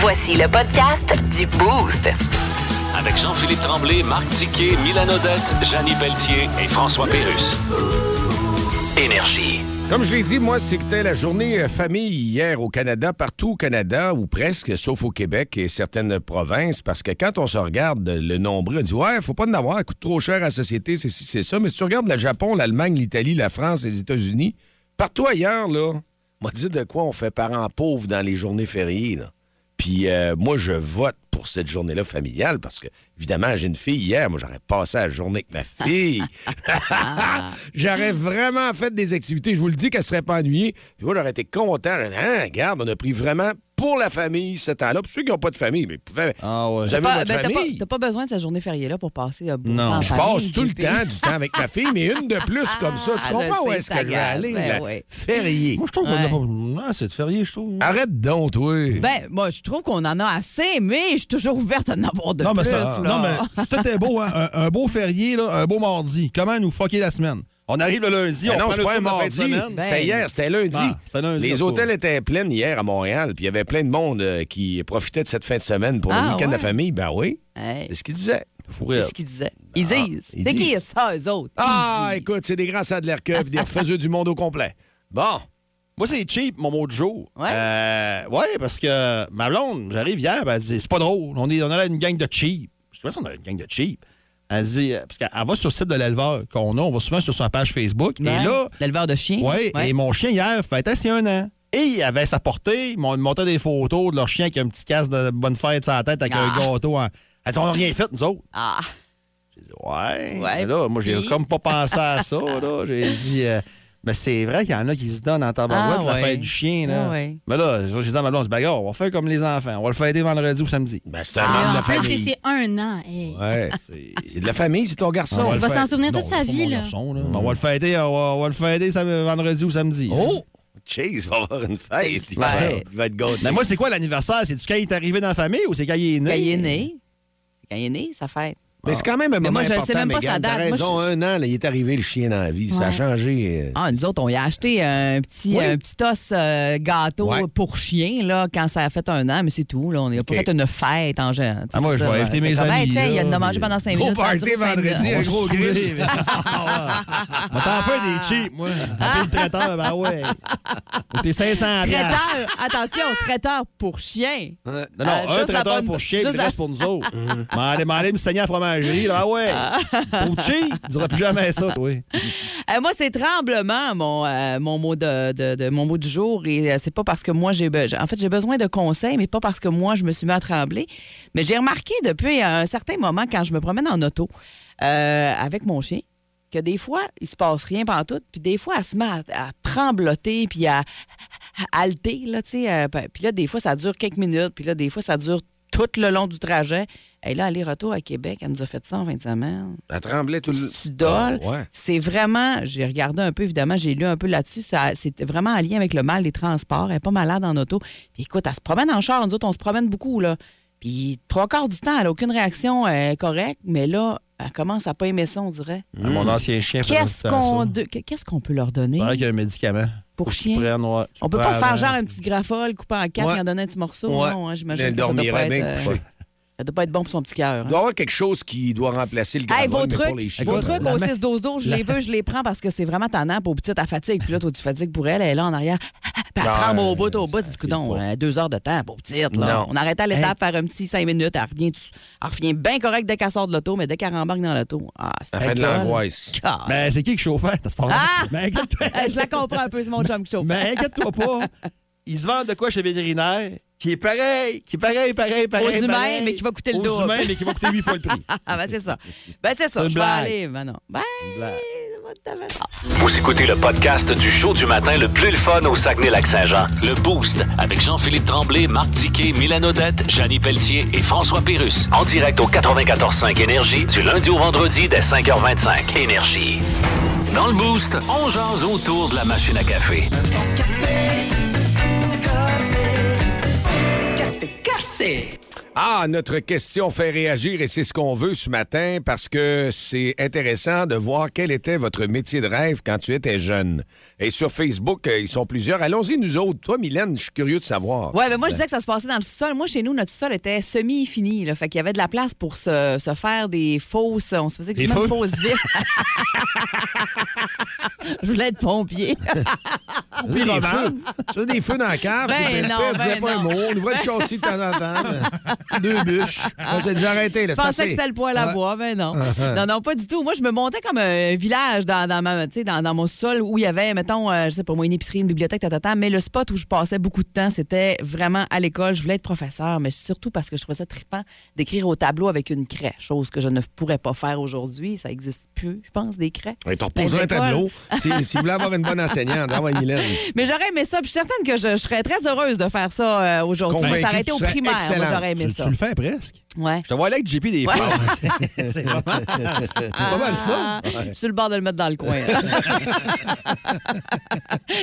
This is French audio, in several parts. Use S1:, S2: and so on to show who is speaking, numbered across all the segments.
S1: Voici le podcast du Boost.
S2: Avec Jean-Philippe Tremblay, Marc Tiquet, Milan Odette, Janine Pelletier et François Pérus. Énergie.
S3: Comme je l'ai dit, moi, c'était la journée euh, famille hier au Canada, partout au Canada, ou presque, sauf au Québec et certaines provinces, parce que quand on se regarde euh, le nombre, on dit Ouais, faut pas en avoir, coûte trop cher à la société, c'est ci, c'est ça. Mais si tu regardes le Japon, l'Allemagne, l'Italie, la France, les États-Unis, partout ailleurs, là, on va dire de quoi on fait parents pauvres dans les journées fériées, là. Puis euh, moi, je vote pour cette journée-là familiale parce que, évidemment, j'ai une fille hier. Moi, j'aurais passé la journée avec ma fille. j'aurais vraiment fait des activités. Je vous le dis qu'elle serait pas ennuyée. Puis moi, j'aurais été content. J'aurais dit, Hein, regarde, on a pris vraiment pour la famille ce temps-là. Puis ceux qui n'ont pas de famille, mais pouvaient... vous avez
S4: Pas- ben,
S3: votre
S4: T'as pas,
S3: famille.
S4: t'as pas besoin de cette journée fériée-là pour passer un bout de
S3: Non.
S4: temps en
S3: Je
S4: famille,
S3: passe tout le
S4: JP.
S3: temps du temps avec ma fille, mais une de plus comme ça. Tu
S4: Ah,
S3: comprends
S4: je
S3: où
S4: sais,
S3: est-ce
S4: ça
S3: que je vais
S4: gâte.
S3: aller?
S4: Ben
S3: la
S4: ouais.
S3: Fériée.
S5: Moi, je trouve qu'on
S4: Ouais.
S5: a pas- Ah, c'est de férié, je trouve.
S3: Arrête donc, toi.
S4: Ben, moi, je trouve qu'on en a assez, mais je suis toujours ouverte à en avoir de
S5: non, mais
S4: plus.
S5: ça,
S4: là.
S5: non, mais tout était beau, hein. Un, un beau férié, là, un beau mardi. Comment nous fucker la semaine? On arrive le lundi, on
S3: Mais Ben non,
S5: prend
S3: c'est
S5: le
S3: pas
S5: trou
S3: un
S5: de la fin de
S3: mardi.
S5: semaine.
S4: Ben,
S3: C'était hier, c'était lundi.
S5: Ah, c'était lundi,
S3: Les
S5: ça,
S3: hôtels
S5: pour-
S3: étaient pleins hier à Montréal, puis il y avait plein de monde euh, qui profitait de cette fin de semaine pour le
S4: Ah,
S3: week-end de la
S4: ouais?
S3: famille. Ben oui,
S4: Hey,
S3: c'est ce qu'ils disaient. Ah,
S5: Fourré.
S4: Qu'est-ce qu'ils disaient? Ils disent.
S3: ils
S4: C'est qui
S3: disent.
S4: ça, eux autres?
S3: Ah, écoute, c'est des grands sadelaires que des refaiseux du monde au complet. Bon,
S5: Moi, c'est cheap, mon mot de jour.
S4: Ouais.
S5: Euh, ouais, parce que ma blonde, j'arrive hier, ben, elle dit c'est pas drôle. On, est, on a là une gang de cheap. Je sais pas si on a une gang de cheap. Elle dit, euh, parce qu'elle va sur le site de l'éleveur qu'on a, on va souvent sur sa page Facebook. Et là,
S4: L'éleveur de chiens.
S5: ouais, et mon chien hier fêtait ses un an. Et il avait sa portée, mon- il montait des photos de leur chien avec un petit casque de bonne fête sur la tête avec un
S4: Ah.
S5: gâteau. En... Elle dit, on n'a rien fait, nous autres.
S4: Ah,
S5: J'ai dit, ouais.
S4: Ouais,
S5: mais là, moi, j'ai
S4: puis-
S5: comme pas pensé à ça. là. J'ai dit, euh, mais c'est vrai qu'il y en a qui se donnent en tabarouette
S4: Ah,
S5: pour la
S4: ouais.
S5: fête du chien. Là.
S4: Ah, ouais.
S5: Mais là, j'ai dit à ma blonde, ben, gars, on va faire comme les enfants. On va le fêter vendredi ou samedi.
S3: ben c'est un
S4: Ah,
S3: membre de
S6: Ah,
S3: la
S6: en plus, c'est
S3: famille.
S6: c'est un an. hey.
S3: Ouais, c'est- c'est de la famille, c'est ton
S5: On
S3: garçon.
S5: le
S6: va s'en
S5: fêter.
S6: souvenir
S5: Non,
S6: toute sa
S5: c'est pas
S6: vie,
S5: mon
S6: là.
S5: garçon, là. On va le fêter, on va, on va le fêter sam- vendredi ou samedi.
S3: Oh, Chase va avoir une fête. Il, va,
S4: Ben, Ouais.
S3: il va être gâté.
S5: Mais moi, c'est quoi l'anniversaire? C'est-tu quand il est arrivé dans la famille ou c'est quand il est né?
S4: quand il est né. Quand il est né, ça fête.
S5: Ah.
S3: Mais c'est quand même un moment
S4: Mais moi, je sais
S3: important,
S4: même pas
S3: Mégane.
S4: sa date.
S3: T'as
S4: Moi,
S3: raison,
S4: je-
S3: un an, là, il est arrivé le chien dans la vie. Ça a
S6: Ouais.
S3: changé. euh,
S4: Ah, nous autres, on y a acheté un petit,
S3: Oui.
S4: un petit os euh, gâteau
S3: Ouais.
S4: pour chien, là, quand ça a fait un an, mais c'est tout. Là. On n'a
S3: OK.
S4: pas fait une fête en géant.
S5: Ah, moi, je vais inviter mes amis,
S4: Il y a
S5: là,
S4: de manger
S5: puis-
S4: pendant 5
S3: Gros
S4: minutes. ça
S3: party
S4: dure cinq
S3: vendredi,
S4: minutes.
S3: un gros grill.
S5: On va t'en faire des cheap, moi. Appelle le traiteur, ben ouais. Ou T'es
S3: Ah,
S5: 500 piastres.
S4: Traiteur, attention, traiteur pour chien.
S5: Non, non,
S4: Euh,
S5: un
S4: juste la
S5: traiteur
S4: bonne-
S5: pour chien,
S4: juste
S5: le
S4: la-
S5: reste pour nous autres. M'allez, m'allez me saigner à la fromagerie, là, ah ouais. Pour cheap, tu diras plus jamais ça, toi.
S4: Euh, moi, c'est tremblement, mon, euh, mon, mot de, de- de- mon mot du jour. Et euh, c'est pas parce que moi, j'ai. be- En fait, j'ai besoin de conseils, mais pas parce que moi, je me suis mis à trembler. Mais j'ai remarqué depuis un certain moment, quand je me promène en auto euh, avec mon chien, que des fois, il se passe rien pantoute, puis des fois, elle se met à, à trembloter, puis à, à halter, là, tu sais. euh, puis là, des fois, ça dure quelques minutes, puis là, des fois, ça dure tout le long du trajet. Et là, aller-retour à Québec, elle nous a fait ça en fin de semaine
S3: Elle tremblait tout le...
S4: tu doles.
S3: Ah, ouais.
S4: C'est vraiment, j'ai regardé un peu, évidemment, j'ai lu un peu là-dessus, ça- c'est vraiment en lien avec le mal des transports. Elle est pas malade en auto. Puis écoute, elle se promène en char, nous autres, on se promène beaucoup, là. Puis trois quarts du temps, elle n'a aucune réaction euh, correcte, mais là, elle commence à pas aimer ça, on dirait.
S5: Ah,
S4: Mmh.
S5: Mon ancien chien faisait
S4: Qu'est-ce
S5: tout le temps
S4: qu'on
S5: ça.
S4: de- que- qu'est-ce qu'on peut leur donner
S5: Il paraît qu'il y a un médicament.
S4: pour
S5: Faut que tu
S4: chien?
S5: prennes, ouais, tu
S4: on peut
S5: prends
S4: pas faire
S5: avant.
S4: genre une petite graffole coupée en quatre
S3: Ouais.
S4: et en donner un petit morceau.
S3: Ouais.
S4: Non, hein, j'imagine
S3: Elle
S4: que ça doit, pas
S3: dormirait bien
S4: être, euh,
S3: couchée.
S4: ça doit pas être bon pour son petit cœur. hein.
S3: Il doit y avoir quelque chose qui doit remplacer le
S4: Hey,
S3: gravel,
S4: vos
S3: mais pour les
S4: trucs,
S3: chiens.
S4: vos
S3: Écoute,
S4: trucs
S5: la
S4: au
S5: ma-
S4: 6-12-12, je les veux, je les prends parce que c'est vraiment tannant pour petite à fatigue. Puis là, toi, tu fatigues pour elle, elle est là en arrière. Puis elle
S5: Ben,
S3: Non,
S4: tremble au bout,
S3: euh,
S4: au bout.
S3: ça
S4: Tu dis,
S3: file
S4: coudonc,
S3: pas.
S4: euh, deux heures de temps pour petite. là.
S3: Non.
S4: On arrête à l'étape, faire un petit cinq minutes. Elle revient, tu- elle revient bien correcte dès qu'elle sort de l'auto, mais dès qu'elle rembarque dans l'auto, ah, c'est
S3: Ça fait de
S4: folle.
S3: l'angoisse.
S4: Ah,
S5: Mais c'est qui qui chauffait? C'est pas vrai.
S4: Ah!
S5: Mais inquiète-toi.
S4: je la comprends un peu, c'est mon chum qui chauffe.
S5: Mais inquiète-toi pas. Ils se vendent de quoi chez le vétérinaire qui est pareil, qui est pareil, pareil, pareil.
S4: Aux humains,
S5: pareil.
S4: mais qui va coûter le
S5: Aux
S4: double.
S5: humains, mais qui va coûter huit fois le prix.
S4: Ah, ben c'est ça. Ben c'est
S5: C'est
S4: ça.
S5: une
S4: Je vais
S5: blague.
S4: aller. Ben non. Ben,
S5: blague.
S4: ça va, ça va.
S2: Vous écoutez le podcast du show du matin le plus le fun au Saguenay-Lac-Saint-Jean. Le Boost avec Jean-Philippe Tremblay, Marc Tiquet, Milan Odette, Janine Pelletier et François Pérus. En direct au 94.5 Énergie du lundi au vendredi dès 5h25. Énergie. Dans le Boost, on jase autour de la machine à café.
S3: Ah, notre question fait réagir et c'est ce qu'on veut ce matin parce que c'est intéressant de voir quel était votre métier de rêve quand tu étais jeune. Et sur Facebook, euh, ils sont plusieurs. Allons-y, nous autres. Toi, Mylène, je suis curieux de savoir.
S4: Ouais, ben moi, je disais que ça se passait dans le sol. Moi, chez nous, notre sol était semi-fini. Là, fait qu'il y avait de la place pour se, se faire des fausses. On se faisait
S5: Des
S4: des fausses,
S5: fausses-
S4: fausses vies. je voulais être pompier.
S3: Tu veux des feux. Tu veux des feux dans la cave.
S4: Ben
S3: puis
S4: non,
S3: père
S4: ben
S3: disait pas
S4: non.
S3: un mot. On ouvrait le châssis de temps en temps. mais Deux bûches. On s'est déjà arrêté. Là,
S4: Ah. Je
S3: c'est
S4: pensais
S3: assez.
S4: que c'était le poêle à
S3: Ouais. Uh-huh.
S4: bois, mais non. non, non, pas du tout. Moi, je me montais comme un village dans, dans, ma, tu sais, dans, dans mon sol où il y avait, mettons, euh, je sais pas moi, une épicerie, une bibliothèque, tatata, mais le spot où je passais beaucoup de temps, c'était vraiment à l'école. Je voulais être professeur, mais surtout parce que je trouvais ça trippant d'écrire au tableau avec une craie, chose que je ne pourrais pas faire aujourd'hui. Ça existe plus, je pense, des craies.
S3: Ouais, T'as
S4: Dans les
S3: reposé un
S4: écoles.
S3: tableau. Si, si vous voulez avoir une bonne enseignante, ah ouais, Mylène.
S4: Mais j'aurais aimé ça, puis je suis certaine que je, je serais très heureuse de faire ça euh, aujourd'hui.
S3: Convaincu
S4: Ça aurait été
S3: que
S4: au
S3: tu serais
S4: primaire, moi,
S3: excellente.
S4: j'aurais aimé
S5: Tu,
S4: ça.
S5: tu le fais presque.
S4: Ouais.
S3: Je te vois là avec JP des
S4: Ouais.
S3: fleurs.
S5: c'est vraiment- c'est pas mal ça.
S4: Ah, Je suis sur le bord de le mettre dans le coin.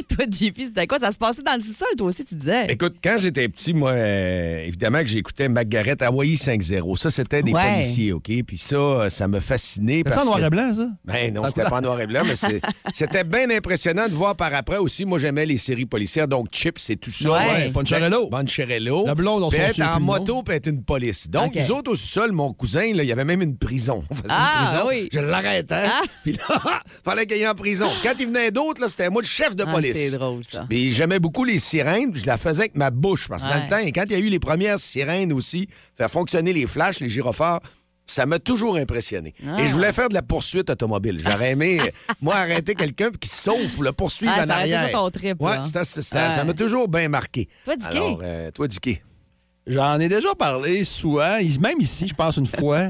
S4: toi, JP, c'était quoi? Ça se passait dans le sous-sol, toi aussi, tu
S5: Eh,
S4: disais.
S3: Écoute, quand j'étais petit, moi, euh, évidemment que j'écoutais Margaret Hawaii 5-0. Ça, c'était des
S4: Ouais.
S3: policiers, OK? Puis ça, euh, ça me fascinait.
S5: C'est
S3: parce
S5: ça en noir
S3: que-
S5: et blanc, ça?
S3: Ben non, c'était pas en noir et blanc, mais c'est- c'était bien impressionnant de voir par après aussi. Moi, j'aimais les séries policières, donc Chips c'est tout ça. Ben,
S4: Ouais.
S5: Ouais, Poncherello.
S3: Poncherello.
S5: La blonde, on
S3: Puis
S5: s'en
S3: être
S5: souvient
S3: en
S5: plus du nom.
S3: moto, puis être une police. Donc,
S4: OK.
S3: nous autres, au sol, mon cousin, là, il y avait même une prison. On faisait une
S4: Ah,
S3: prison.
S4: oui. Ah.
S3: Je hein? l'arrêtais. Puis là, fallait qu'il y ait en prison. Quand il venait d'autres, là, c'était moi le chef de
S4: Ah,
S3: police.
S4: c'est drôle, ça.
S3: Puis j'aimais beaucoup les sirènes, puis je la faisais avec ma bouche. Parce que dans
S4: Ouais.
S3: le temps, et quand il y a eu les premières sirènes aussi, faire fonctionner les flashs, les gyrophares, ça m'a toujours impressionné.
S4: Ah.
S3: Et je voulais faire de la poursuite automobile. J'aurais aimé, euh, moi, arrêter quelqu'un qui sauf le poursuivre
S4: Ah,
S3: en
S4: ça aurait été
S3: arrière.
S4: ça ton trip,
S3: Ouais,
S4: là.
S3: c'était- c'était- ça
S4: Ouais.
S3: m'a toujours bien marqué.
S4: Toi, Dicky?
S3: Alors, euh, toi, Dicky.
S5: J'en ai déjà parlé souvent, il- même ici, je pense, une fois.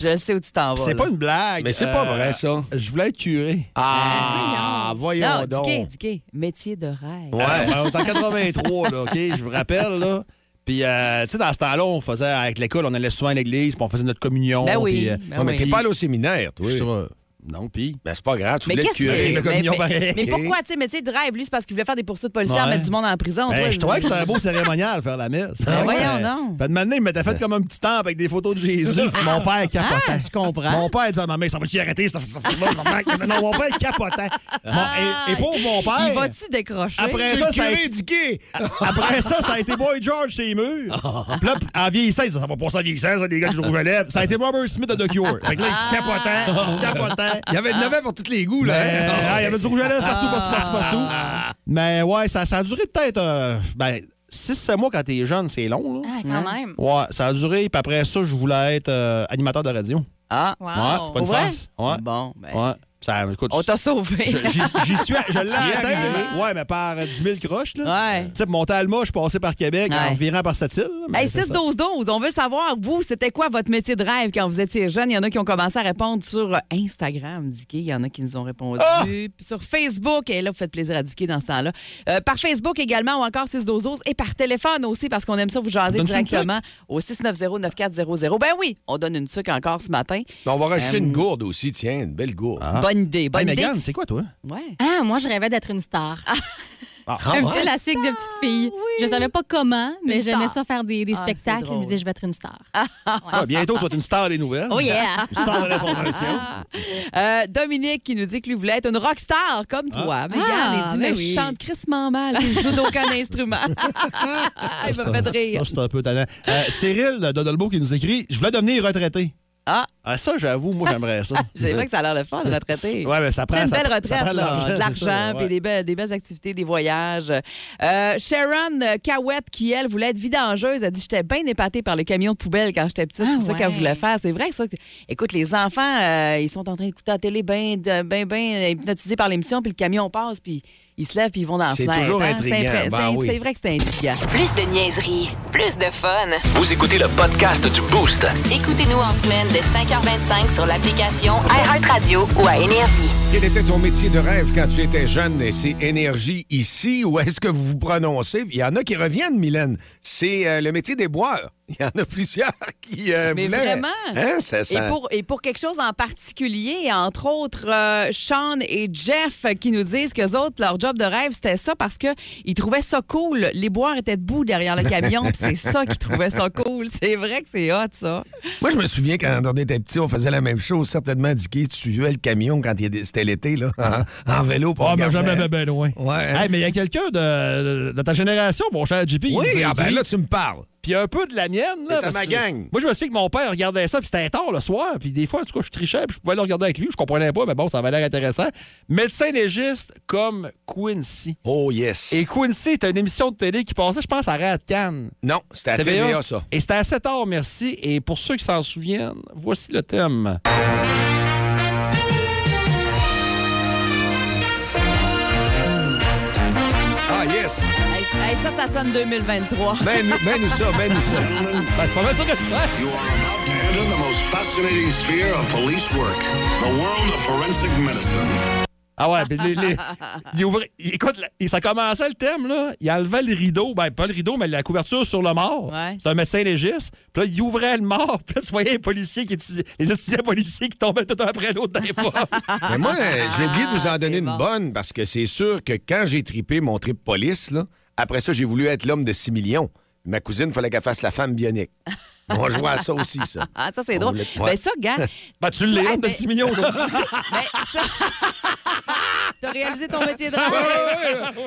S4: Je sais où tu t'en vas.
S5: C'est
S4: là.
S5: pas une blague. euh,
S3: Mais c'est pas vrai, ça.
S5: Je voulais être curé.
S3: Ah, voyons
S4: Non,
S3: donc.
S4: Dicky, Dicky, métier de rêve.
S3: Ouais.
S5: Ah, on est en 83, là, OK? Je vous rappelle, là. Puis, euh, tu sais, dans ce temps-là, on faisait, avec l'école, on allait souvent à l'église, puis on faisait notre communion.
S4: Ben oui,
S5: puis, euh,
S4: ben
S3: Non, mais
S4: oui.
S3: t'es pas allé au séminaire, toi.
S5: je trouve- Non, puis...
S3: Ben, c'est pas grave, tu
S4: Mais
S3: voulais
S4: qu'est-ce
S3: le curé.
S4: que...
S5: le communion
S4: mais- mais,
S5: pareil.
S4: mais pourquoi, tu sais, métier de rêve, lui, c'est parce qu'il voulait faire des poursuites policières,
S5: Ouais.
S4: mettre du monde en prison.
S5: Ben,
S4: toi,
S5: je trouvais que c'était un beau cérémonial faire la messe.
S4: Ben,
S5: Ouais,
S4: voyons
S5: c'était-
S4: donc.
S5: Puis de maintenant, il m'était
S3: Ben.
S5: fait comme un petit temple avec des photos de Jésus. Puis mon père capotant.
S4: Ah, je comprends.
S5: Mon père disait à ma mère, ça va s'y arrêter? ça- non, mon père capotant. Mon- et, et pour mon père...
S4: Ah! Il va-tu décrocher?
S5: Après
S3: C'est
S5: ça,
S3: le
S5: ça a
S3: curé,
S5: été-
S3: Dicky.
S5: Après ça, ça a été Boy George chez les murs.
S4: Ah.
S5: Puis là, en vieillissant, il dit, ça va passer en vieillissant, ça, les gars du rouge à lèvres. Ça a été Robert Smith de The Cure. Fait que là,
S4: Ah.
S5: il capotait, capotait.
S3: Il y avait de neuf pour tous les goûts, là.
S5: Mais,
S3: hein?
S5: ah, il y avait du rouge à lèvres partout, partout, partout, partout.
S3: Ah.
S5: Mais ouais, ça, ça a duré peut-être, euh, ben, 6-7 mois quand t'es jeune, c'est long, là.
S6: Ah, quand même.
S5: Ouais, ça a duré, puis après ça, je voulais être euh, animateur de radio.
S4: Ah,
S6: Wow.
S5: Ouais, pas une
S4: Pour vrai?
S5: farce. Ouais.
S4: Bon, ben,
S5: Ouais. Ça, écoute,
S4: on t'a sauvé.
S5: je- J'y j'y suis, je l'ai
S3: arrivé.
S5: atteint. Ouais, mais par euh, 10 000 croches, là.
S4: Ouais.
S5: Tu sais, pour monter à Alma, je suis passé par Québec en
S4: Ouais.
S5: virant par cette île. là, Ah, mais
S4: Hey,
S5: c'est ça.
S4: 6-12-12, on veut savoir, vous, c'était quoi votre métier de rêve quand vous étiez jeune? Il y en a qui ont commencé à répondre sur euh, Instagram, Dicky. Il y en a qui nous ont répondu.
S5: Ah!
S4: Puis sur Facebook, et là, vous faites plaisir à Dicky dans ce temps-là. Euh, par Facebook également, ou encore 6-12-12, et par téléphone aussi, parce qu'on aime ça vous jaser
S5: Donne-tu une
S4: directement au 690-9400. Ben oui, on donne une tuque encore ce matin.
S5: Ben,
S4: Euh,
S3: Mais On va rajouter une gourde aussi, tiens, une belle gourde.
S4: Hum. Bonne idée,
S5: Hey,
S4: bonne idée.
S5: Megan, c'est quoi, toi?
S4: Ouais.
S6: Ah, moi, je rêvais d'être une star.
S5: Ah,
S6: un
S5: ouais.
S6: petit classique de petite fille. Je savais pas comment, mais j'aimais ça faire des, des
S4: Ah, c'est
S6: spectacles. Je
S4: drôle.
S6: me disais, je vais être une star.
S5: Ah. Ouais, bientôt, tu vas être une star des nouvelles.
S6: Oh yeah!
S5: Une star de l'information.
S4: Euh, Dominique qui nous dit que lui voulait être une rockstar comme toi. Mais regarde, il dit,
S6: Ah,
S4: mais
S6: ben
S4: je
S6: oui.
S4: chante crissement mal, je joue d'aucun instrument. il me fait rire.
S5: Ça, c'est un peu talent. Cyril de Dolbo qui nous écrit Je voulais devenir retraité.
S4: Ah.
S5: ça, j'avoue, moi, j'aimerais ça.
S4: C'est vrai que ça a l'air le fun, de retraité.
S5: Ouais, mais ça prend
S4: C'est une
S5: ça-
S4: belle retraite,
S5: ça prend de
S4: là, de
S5: l'argent, c'est ça,
S4: l'argent, puis
S5: ouais.
S4: des, belles, des belles activités, des voyages. Euh, Sharon euh, Cahouette, qui, elle, voulait être vidangeuse, a dit J'étais bien épatée par le camion de poubelle quand j'étais petite.
S6: Ah
S4: c'est ça qu'elle
S6: ouais.
S4: voulait faire. C'est vrai, ça. que- Écoute, les enfants, euh, ils sont en train d'écouter la télé, bien, bien, bien hypnotisés par l'émission, puis le camion passe, puis ils se lèvent, puis ils vont dans la
S3: C'est
S4: fenêtre,
S3: toujours
S4: hein.
S3: intriguant.
S4: C'est impre-
S3: Ben
S4: c'est-
S3: oui.
S4: c'est vrai que c'est intriguant.
S1: Plus de niaiserie, plus de fun.
S2: Vous écoutez le podcast du Boost.
S1: Écoutez-nous en semaine de 5h25 sur l'application iHeartRadio ou à Énergie.
S3: Quel était ton métier de rêve quand tu étais jeune? Et C'est énergie ici ou est-ce que vous vous prononcez? Il y en a qui reviennent, Mylène. C'est euh, le métier des boires. Il y en a plusieurs qui euh,
S4: Mais
S3: voulaient-
S4: vraiment?
S3: Hein, ça,
S4: Et
S3: ça-
S4: pour, et pour quelque chose en particulier, entre autres euh, Sean et Jeff qui nous disent que autres, leur job de rêve, c'était ça parce que ils trouvaient ça cool. Les boires étaient debout derrière le camion, puis c'est ça qu'ils trouvaient ça cool. C'est vrai que c'est hot, ça.
S3: Moi, je me souviens quand on était petit, on faisait la même chose. Certainement, Dicky, tu suivais le camion quand il était- c'était l'été, là, hein, en, en vélo. pour
S5: Ah, mais
S3: regarder.
S5: jamais bien, bien loin.
S3: Ouais.
S5: Hey, mais il y a quelqu'un de, de ta génération, mon cher JP. il
S3: Oui,
S5: nous a
S3: ah ben
S5: écrit.
S3: là, tu me parles.
S5: Puis un peu de la mienne. Là,
S3: T'es à
S5: parce
S3: ma
S5: que-
S3: gang.
S5: Moi, je me souviens que mon père regardait ça, puis c'était tard le soir. Puis des fois, en tout cas, je trichais, puis je pouvais le regarder avec lui. Je comprenais pas, mais bon, ça avait l'air intéressant. Médecin légiste comme Quincy.
S3: Oh, yes.
S5: Et Quincy, c'était une émission de télé qui passait, je pense, à Red Cannes.
S3: Non, c'était à
S5: TVA.
S3: TVA, ça.
S5: Et c'était assez tard, merci. Et pour ceux qui s'en souviennent, voici le thème.
S3: Ah, yes.
S4: Hey, hey, ça, ça sonne 2023.
S3: Ben, nous- ben nous ça, ben nous ça.
S5: Ben, c'est pas mal ça que je fais.
S7: You are about to enter the most fascinating sphere of police work, the world of forensic medicine.
S5: Ah ouais, puis les, les- il ouvrait- il- écoute, là, il- ça commençait le thème, là. Il enlevait le rideau, ben pas le rideau, mais la couverture sur le mort.
S4: Ouais.
S5: C'est un médecin légiste. Puis là, il ouvrait le mort, puis là, tu voyais les policiers qui étudiaient- les étudiants policiers qui tombaient tout un après l'autre dans les pommes.
S4: Ah,
S3: Mais moi, j'ai oublié de vous en donner
S4: c'est
S3: une
S4: bon.
S3: bonne parce que c'est sûr que quand j'ai tripé mon trip police, là, après ça, j'ai voulu être l'homme de 6 millions. Ma cousine, fallait qu'elle fasse la femme bionique. On jouait à ça aussi, ça.
S4: Ah, ça, c'est drôle.
S3: On voulait-
S4: Mais
S3: ouais.
S4: ça, gars.
S5: Ben, tu l'es,
S4: Hey,
S5: homme de
S4: ben-
S5: 6 millions aujourd'hui.
S4: ben, ça... T'as réalisé ton métier de
S3: Ah,
S4: rêve.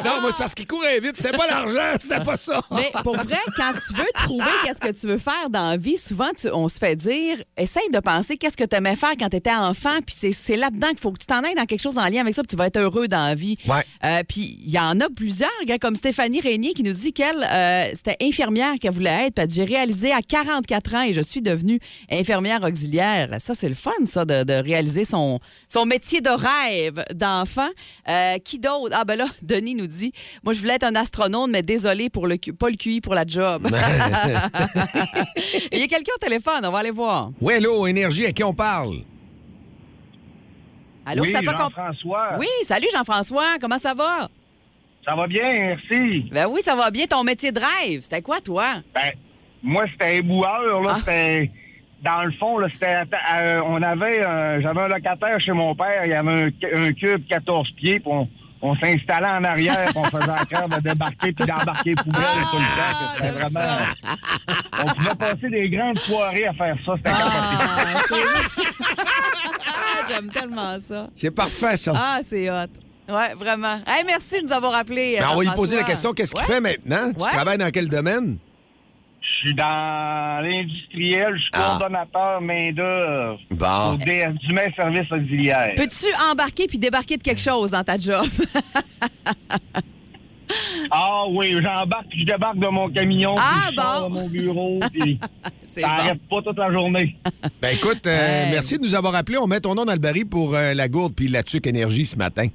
S3: Non, moi, c'est parce qu'il courait vite. C'était pas l'argent, c'était pas ça.
S4: Mais Ben, pour vrai, quand tu veux trouver qu'est-ce que tu veux faire dans la vie, souvent tu- on se fait dire essaye de penser qu'est-ce que tu aimais faire quand tu étais enfant, puis c'est- c'est là-dedans qu'il faut que tu t'en ailles dans quelque chose en lien avec ça, puis tu vas être heureux dans la vie.
S3: Ouais.
S4: Euh, puis il y en a plusieurs, gars, comme Stéphanie Régnier qui nous dit qu'elle, euh, c'était infirmière qu'elle voulait être, puis elle dit, j'ai réalisé à 44 ans et je suis devenue infirmière auxiliaire. Ça, c'est le fun, ça, de, de réaliser son, son métier de rêve d'enfant. Euh, qui d'autre? Ah, ben là, Denis nous dit, moi, je voulais être un astronaute, mais désolé, pour le, Q- pas le QI pour la job. il y a quelqu'un au téléphone, on va aller voir.
S3: Ouais, allô, énergie, à qui on parle?
S4: Allô,
S8: oui,
S4: c'est à toi qu'on-
S8: Jean-François.
S4: Oui, salut Jean-François, comment ça va?
S8: Ça va bien, merci.
S4: Ben oui, ça va bien. Ton métier de rêve, c'était quoi, toi?
S8: Ben, moi, c'était éboueur, là.
S4: Ah.
S8: C'était. Dans le fond, là, c'était. euh, on avait. un- J'avais un locataire chez mon père. Il y avait un, cu- un cube 14 pieds, puis on. on s'installait en arrière, puis on faisait encore de débarquer puis d'embarquer les poubelles tout
S4: Ah,
S8: le temps. que C'était
S4: j'aime
S8: vraiment. On pouvait passer des grandes soirées à faire ça. C'était capoté.
S4: Ah, c'est- Ah, J'aime tellement ça.
S3: C'est parfait, ça.
S4: Ah, c'est hot. Ouais, vraiment. Hey, merci de nous avoir appelés.
S3: Mais Ben, on va lui poser
S4: Jean-François.
S3: la question qu'est-ce qu'il
S4: Ouais.
S3: fait maintenant? Tu
S4: Ouais.
S3: travailles dans quel domaine?
S8: Je suis dans l'industriel, je suis
S3: Ah.
S8: coordonnateur main-d'œuvre
S3: Bon.
S8: au DSDUMEN Service Auxiliaire.
S4: Peux-tu embarquer puis débarquer de quelque chose dans ta job?
S8: Ah oui, j'embarque puis je débarque de mon camion. puis
S4: Ah,
S8: je
S4: bon.
S8: sors de mon bureau. Puis
S4: C'est
S8: ça
S4: bon.
S8: arrête pas toute la journée.
S3: Ben écoute, euh,
S4: Hey.
S3: merci de nous avoir appelés. On met ton nom dans le baril pour euh, la gourde puis la tuque énergie ce matin.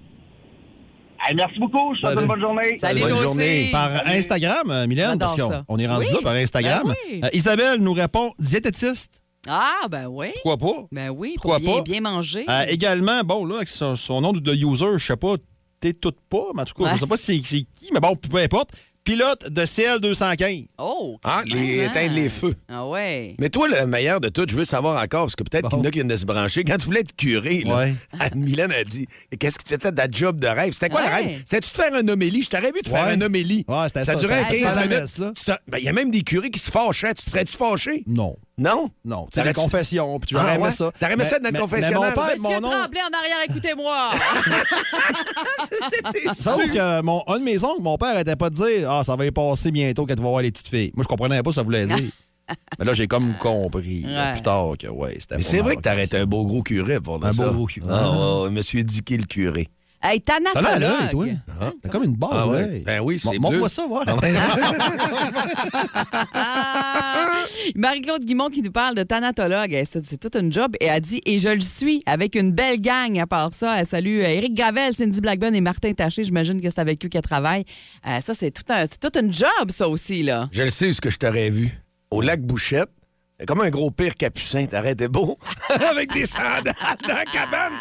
S8: Hey, merci beaucoup. Je te souhaite une bonne journée.
S4: Salut,
S3: Bonne
S4: toi aussi.
S3: journée.
S5: Par Instagram, euh, Mylène,
S4: J'adore
S5: parce qu'on
S4: ça.
S5: on est rendu
S4: Oui.
S5: là par Instagram.
S4: Ben oui.
S5: Euh, Isabelle nous répond diététiste.
S4: Ah, ben oui.
S5: Pourquoi pas?
S4: Ben oui,
S5: Pourquoi
S4: pour bien,
S5: pas?
S4: bien manger.
S5: Euh, également, bon, là, avec son, son nom de user, je sais pas, t'es tout pas, mais en tout cas,
S4: Ouais.
S5: je sais pas c'est c'est qui, mais bon, peu importe. Pilote de CL215.
S4: Oh!
S3: Ah, les,
S4: Ah.
S3: éteindre les feux.
S4: Ah ouais.
S3: Mais toi, le meilleur de tout, je veux savoir encore, parce que peut-être qu'il y en a qui viennent de se brancher. Quand tu voulais être curé, là,
S5: Ouais.
S3: Anne Mylène a dit Qu'est-ce que tu faisais de ta job de rêve C'était quoi le
S4: Ouais.
S3: rêve C'était-tu de faire un homélie Je t'aurais vu de faire
S5: Ouais.
S3: un homélie.
S5: Ouais, c'était
S3: ça
S5: ça,
S3: durait
S5: c'était-
S3: 15
S5: Faire la
S3: minutes.
S5: messe, là.
S3: Tu t'en- Ben, Il y a même des curés qui se fâchaient. Tu serais-tu fâché
S5: Non.
S3: Non
S5: Non, c'est la
S3: T'aurais-tu-
S5: confession, puis tu
S3: Ah,
S5: aurais aimé
S3: ouais?
S5: ça.
S3: T'aurais aimé
S5: Mais-
S3: ça dans le
S5: mais-
S3: confessionnal?
S5: mais mon père,
S4: Monsieur
S5: mon nom-
S4: Tremblay en arrière, écoutez-moi!
S3: C'est sûr.
S5: Sauf que mon, un de mes oncles, mon père, n'était pas de dire Ah, ça va y passer bientôt quand tu vas voir les petites filles. Moi, je comprenais pas ce que ça voulait dire. mais là, j'ai comme compris là,
S4: Ouais.
S5: plus tard que, ouais, c'était
S3: Mais c'est
S5: pour
S3: vrai
S5: ma
S3: que t'arrêtes un beau gros curé pour dire
S5: Un
S3: ça.
S5: beau gros curé.
S3: Ah, ouais, ouais, Monsieur Dicky le curé.
S4: hey,
S5: T'as l'air à l'œil, toi.
S4: t'anatologue!
S5: T'as comme une barre,
S3: Ah ouais?
S5: ouais.
S3: Ben oui, c'est bleu.
S5: Montre-moi ça, voir.
S4: Ah! Marie-Claude Guimont qui nous parle de thanatologue. Elle, C'est c'est toute une job. Et elle dit Et je le suis avec une belle gang à part ça. Elle salue euh, Éric Gravel, Cindy Blackburn et Martin Taché. J'imagine que c'est avec eux qu'elle travaille. Euh, ça, c'est tout un, c'est toute une job, ça aussi, là.
S3: Je le sais où ce que je t'aurais vu. Au lac Bouchette. Comme un gros pire capucin, t'arrêtais beau. Avec des sandales dans la cabane.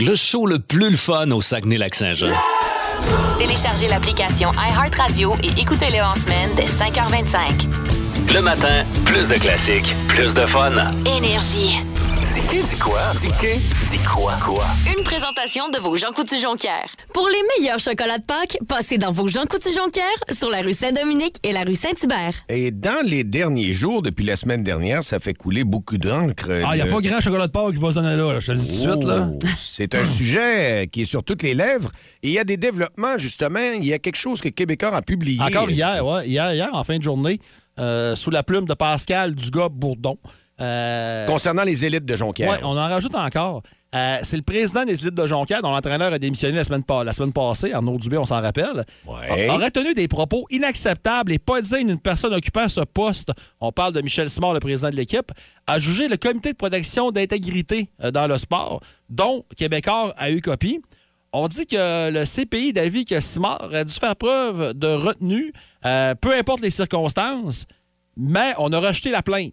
S2: Le show le plus le fun au Saguenay-Lac-Saint-Jean.
S1: Téléchargez l'application iHeartRadio et écoutez-le en semaine dès 5h25.
S2: Le matin, plus de classiques, plus de fun.
S1: Énergie.
S2: Dis-qui, dis quoi? Dis-qui, dis quoi? Quoi?
S1: Une présentation de vos Jean Coutu Jonquière.
S9: Pour les meilleurs chocolats de Pâques, passez dans vos Jean Coutu Jonquière sur la rue Saint-Dominique et la rue Saint-Hubert.
S3: Et dans les derniers jours, depuis la semaine dernière, ça fait couler beaucoup d'encre.
S5: Ah, il n'y a
S3: de-
S5: pas grand chocolat de Pâques qui va se donner là, là, je te le dis tout de suite. Là.
S3: Oh, C'est un sujet qui est sur toutes les lèvres. Et il y a des développements, justement. Il y a quelque chose que Québécois a publié.
S5: Encore hier, ouais, hier, hier, en fin de journée, euh, sous la plume de Pascal Dugas-Bourdon. euh,
S3: Concernant les élites de Jonquière.
S5: Ouais, on en rajoute encore. Euh, c'est le président des élites de Jonquière, dont l'entraîneur a démissionné la semaine, pa- la semaine passée, Arnaud Dubé, on s'en rappelle.
S3: Ouais.
S5: A- Aurait tenu des propos inacceptables et pas dignes d'une personne occupant ce poste. On parle de Michel Simon, le président de l'équipe, a jugé le comité de protection d'intégrité euh, dans le sport, dont Québécois a eu copie. On dit que le CPI d'avis que Simard a dû faire preuve de retenue, euh, peu importe les circonstances, mais on a rejeté la plainte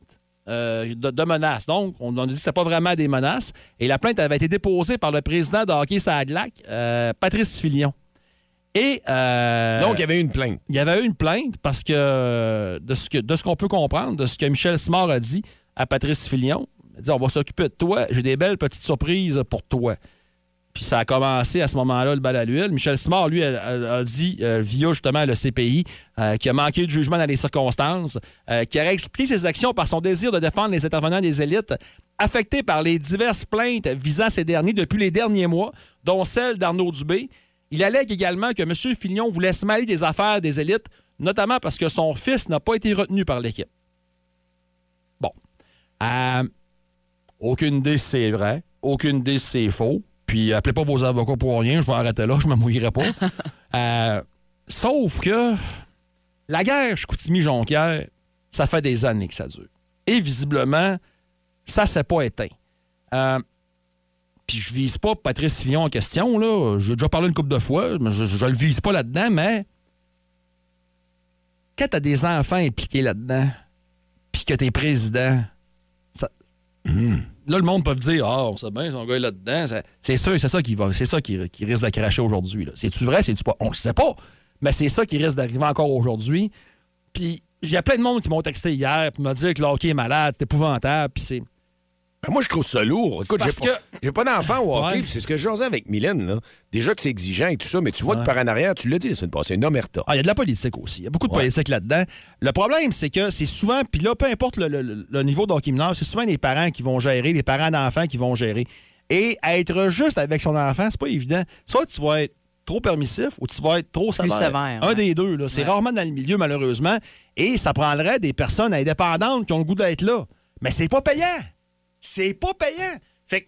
S5: euh, de, de menaces. Donc, on, on a dit que ce pas vraiment des menaces. Et la plainte avait été déposée par le président de Hockey Sadlac, euh, Patrice Filion. Et, euh,
S3: Donc, il y avait eu une plainte.
S5: il y avait eu une plainte parce que euh, de ce que de ce qu'on peut comprendre, de ce que Michel Simard a dit à Patrice Filion, il a dit on va s'occuper de toi, j'ai des belles petites surprises pour toi. Puis ça a commencé à ce moment-là le bal à l'huile. Michel Simard, lui, a, a- a dit euh, via justement le CPI euh, qu'il a manqué de jugement dans les circonstances, euh, qu'il aurait expliqué ses actions par son désir de défendre les intervenants des élites affectés par les diverses plaintes visant ces derniers depuis les derniers mois, dont celle d'Arnaud Dubé. Il allègue également que M. Fillon voulait se mêler des affaires des élites, notamment parce que son fils n'a pas été retenu par l'équipe. Bon. Euh, aucune idée si c'est vrai, aucune idée si c'est faux. Puis euh, appelez pas vos avocats pour rien, je vais arrêter là, je me mouillerai pas. Euh, sauf que la guerre Chicoutimi-Jonquière, ça fait des années que ça dure. Et visiblement, ça s'est pas éteint. Euh, puis je vise pas Patrice Fillon en question, là. J'ai déjà parlé une couple de fois, mais je, je, je le vise pas là-dedans, mais quand t'as des enfants impliqués là-dedans, puis que t'es président, ça... Hmm. là, le monde peut dire « Ah, on sait bien, son gars est là-dedans. Ça- » C'est sûr, c'est ça qui va, c'est ça qui, qui risque de cracher aujourd'hui. là. C'est-tu vrai, c'est-tu pas? On le sait pas, mais c'est ça qui risque d'arriver encore aujourd'hui. Puis il y a plein de monde qui m'ont texté hier pour me dire que le hockey est malade, c'est épouvantable, puis c'est...
S3: Ben, moi, je trouve ça lourd. Écoute, j'ai
S5: parce
S3: pas,
S5: que-
S3: j'ai pas d'enfant au hockey.
S5: Ouais.
S3: puis C'est ce que je jasais avec Mylène. Là. Déjà que c'est exigeant et tout ça, mais tu vois que par en arrière, tu l'as dit la semaine passée, une omerta.
S5: Ah, il y a de la politique aussi. Il y a beaucoup de
S3: Ouais.
S5: politique là-dedans. Le problème, c'est que c'est souvent, puis là, peu importe le, le- le niveau d'hockey mineur, c'est souvent les parents qui vont gérer, les parents d'enfants qui vont gérer. Et être juste avec son enfant, c'est pas évident. Soit tu vas être trop permissif ou tu vas être trop sévère.
S4: sévère,
S5: Un
S4: ouais.
S5: des deux. là. C'est rarement dans le milieu, malheureusement. Et ça prendrait des personnes indépendantes qui ont le goût d'être là. Mais c'est pas payant. C'est pas payant. Fait que,